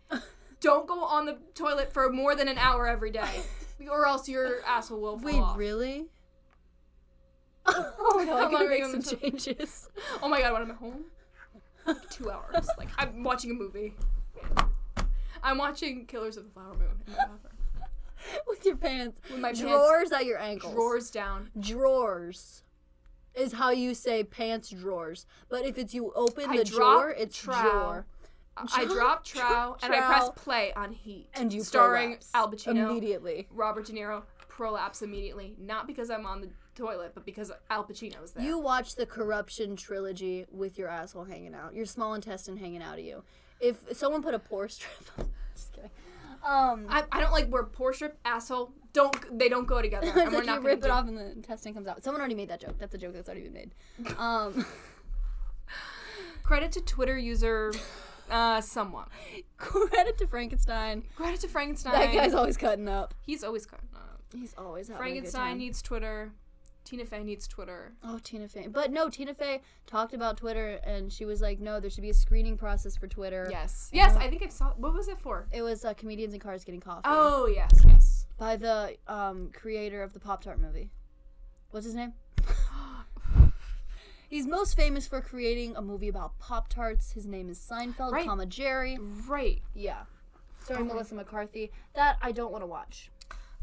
S2: Don't go on the toilet for more than an hour every day. Or else your asshole will fall
S1: Wait,
S2: off.
S1: really? Oh no!
S2: How
S1: I
S2: long are
S1: gotta make
S2: you on
S1: some
S2: the toilet?
S1: changes.
S2: Oh my god, when I'm at home? Like two hours. Like I'm watching a movie. I'm watching Killers of the Flower Moon in my bathroom.
S1: With your pants.
S2: With my pants
S1: drawers at your ankles.
S2: drawers down.
S1: Drawers is how you say pants drawers. But if it's you open
S2: I
S1: the
S2: drop
S1: drawer, it's
S2: trow.
S1: drawer.
S2: I- I drop Trow and I press play on Heat.
S1: And you
S2: starring
S1: prolapse
S2: Al Pacino.
S1: immediately.
S2: Robert De Niro prolapse immediately. Not because I'm on the toilet, but because Al Pacino's there.
S1: You watch the corruption trilogy with your asshole hanging out, your small intestine hanging out of you. If someone put a pore strip, just kidding. Um,
S2: I, I don't like where poor strip asshole don't they don't go together.
S1: it's
S2: and we're
S1: like
S2: not
S1: you rip
S2: gonna
S1: it
S2: do-
S1: off and the intestine comes out. Someone already made that joke. That's a joke that's already been made. Um,
S2: Credit to Twitter user, uh, somewhat.
S1: credit to Frankenstein.
S2: Credit to Frankenstein.
S1: That guy's always cutting up.
S2: He's always cutting up.
S1: He's always having a good
S2: Frankenstein
S1: time.
S2: needs Twitter. Tina Fey needs Twitter.
S1: Oh, Tina Fey. But no, Tina Fey talked about Twitter and she was like, no, there should be a screening process for Twitter.
S2: Yes. Yes. I think I saw. What was it for?
S1: It was uh, Comedians in Cars Getting Coffee
S2: Oh yes. Yes.
S1: by the um, creator of the Pop Tart movie. What's his name? He's most famous for creating a movie about Pop Tarts. His name is Seinfeld,
S2: Right. Oh
S1: comma Jerry.
S2: Right.
S1: Yeah. Starring Melissa McCarthy. That I don't want to watch.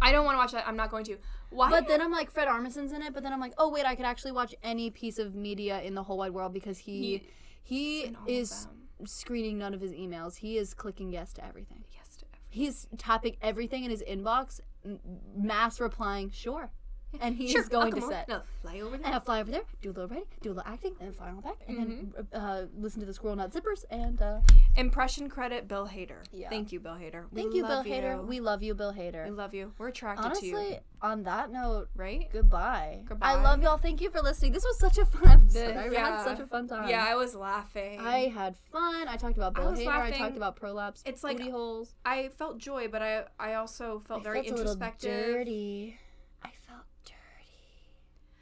S2: I don't want to watch that. I'm not going to. Why?
S1: But then I'm like, Fred Armisen's in it, but then I'm like, oh wait, I could actually watch any piece of media in the whole wide world because he he
S2: in all of
S1: is
S2: them.
S1: screening none of his emails. He is clicking yes to everything.
S2: yes to everything.
S1: He's tapping everything in his inbox, m- mass replying, sure. And he's
S2: Sure, I'll
S1: going to
S2: come over-
S1: set.
S2: No, fly over
S1: And
S2: there.
S1: I'll fly over there, do a little writing, do a little acting, and fly on back, and then uh, listen to the squirrel nut zippers. And uh,
S2: Impression credit, Bill Hader.
S1: Yeah.
S2: Thank you, Bill Hader. We
S1: thank you, Bill
S2: love
S1: Hader.
S2: you.
S1: We love you, Bill Hader.
S2: we love you. We're attracted to you.
S1: Honestly, on that note,
S2: Right.
S1: goodbye.
S2: Goodbye.
S1: I love y'all. Thank you for listening. This was such a fun episode.
S2: The-
S1: I
S2: yeah.
S1: had such a fun time.
S2: Yeah, I was laughing.
S1: I had fun. I talked about
S2: I
S1: Bill
S2: was
S1: Hader. I
S2: laughing.
S1: talked about prolapse.
S2: It's like-
S1: booty holes.
S2: I felt joy, but I I also felt very
S1: felt A little
S2: introspective
S1: dirty. I felt dirty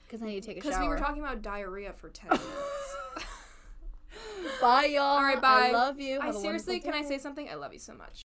S1: because I need to take a
S2: because
S1: shower.
S2: we were talking about diarrhea for ten minutes.
S1: bye, y'all.
S2: All right, bye.
S1: I love you.
S2: I
S1: Have a
S2: seriously,
S1: wonderful
S2: can I
S1: day.
S2: say something? I love you so much.